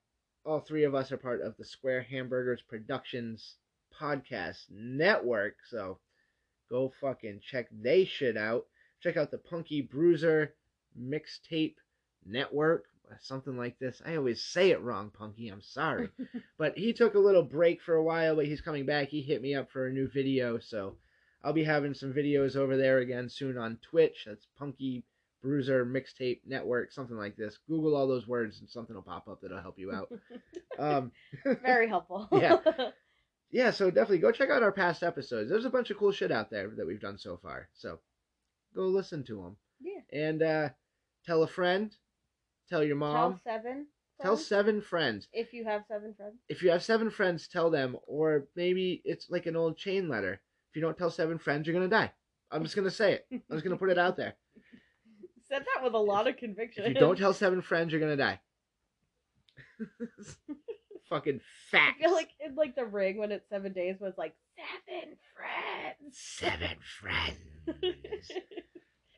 Speaker 1: All three of us are part of the Square Hamburgers Productions podcast network. So go fucking check they shit out. Check out the Punky Bruiser mixtape network, something like this. I always say it wrong, Punky. I'm sorry. but he took a little break for a while, but he's coming back. He hit me up for a new video, so I'll be having some videos over there again soon on Twitch. That's Punky Bruiser Mixtape Network, something like this. Google all those words and something will pop up that'll help you out. um,
Speaker 2: Very helpful.
Speaker 1: Yeah. yeah, so definitely go check out our past episodes. There's a bunch of cool shit out there that we've done so far. So go listen to them
Speaker 2: yeah.
Speaker 1: and uh, tell a friend, tell your mom.
Speaker 2: Tell seven.
Speaker 1: Um, Tell
Speaker 2: friends,
Speaker 1: seven friends.
Speaker 2: if you have seven friends.
Speaker 1: If you have seven friends, tell them, or maybe it's like an old chain letter. If you don't tell seven friends, you're gonna die. I'm just gonna say it. I'm just gonna put it out there.
Speaker 2: Said that with a lot of conviction.
Speaker 1: If you don't tell seven friends, you're gonna die. fucking
Speaker 2: I
Speaker 1: facts.
Speaker 2: feel like in like the ring when it's seven days was like seven friends.
Speaker 1: seven friends.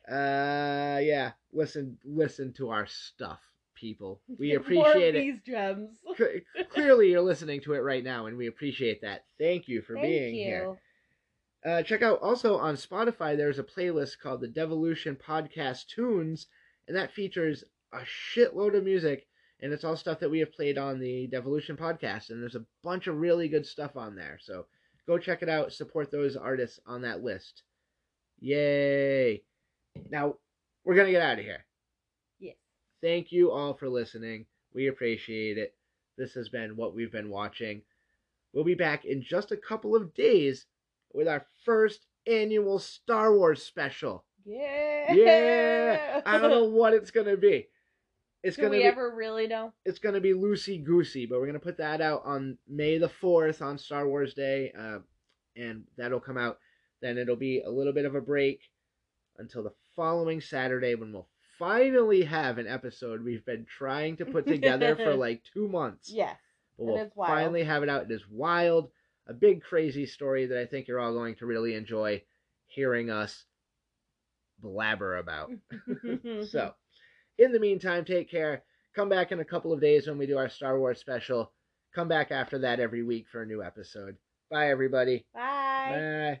Speaker 1: uh, yeah. Listen, listen to our stuff, people. We
Speaker 2: More of
Speaker 1: appreciate it.
Speaker 2: These gems.
Speaker 1: C- Clearly, you're listening to it right now, and we appreciate that. Thank you for
Speaker 2: Thank
Speaker 1: being
Speaker 2: you.
Speaker 1: here. Uh, check out also on Spotify, there's a playlist called the Devolution Podcast Tunes, and that features a shitload of music, and it's all stuff that we have played on the Devolution Podcast, and there's a bunch of really good stuff on there. So go check it out, support those artists on that list. Yay! Now, we're going to get out of here.
Speaker 2: Yes.
Speaker 1: Thank you all for listening. We appreciate it. This has been what we've been watching. We'll be back in just a couple of days with our first annual Star Wars special.
Speaker 2: Yeah.
Speaker 1: Yeah. I don't know what it's gonna be. It's
Speaker 2: Do
Speaker 1: gonna
Speaker 2: we
Speaker 1: be
Speaker 2: ever really know?
Speaker 1: it's gonna be loosey goosey, but we're gonna put that out on May the fourth on Star Wars Day, uh, and that'll come out. Then it'll be a little bit of a break until the following Saturday when we'll finally have an episode we've been trying to put together for like two months.
Speaker 2: Yes.
Speaker 1: but
Speaker 2: and
Speaker 1: we'll
Speaker 2: it's wild.
Speaker 1: finally have it out. It is wild, a big crazy story that I think you're all going to really enjoy hearing us blabber about. So, in the meantime, take care. Come back in a couple of days when we do our Star Wars special. Come back after that every week for a new episode. Bye, everybody. Bye.
Speaker 2: Bye.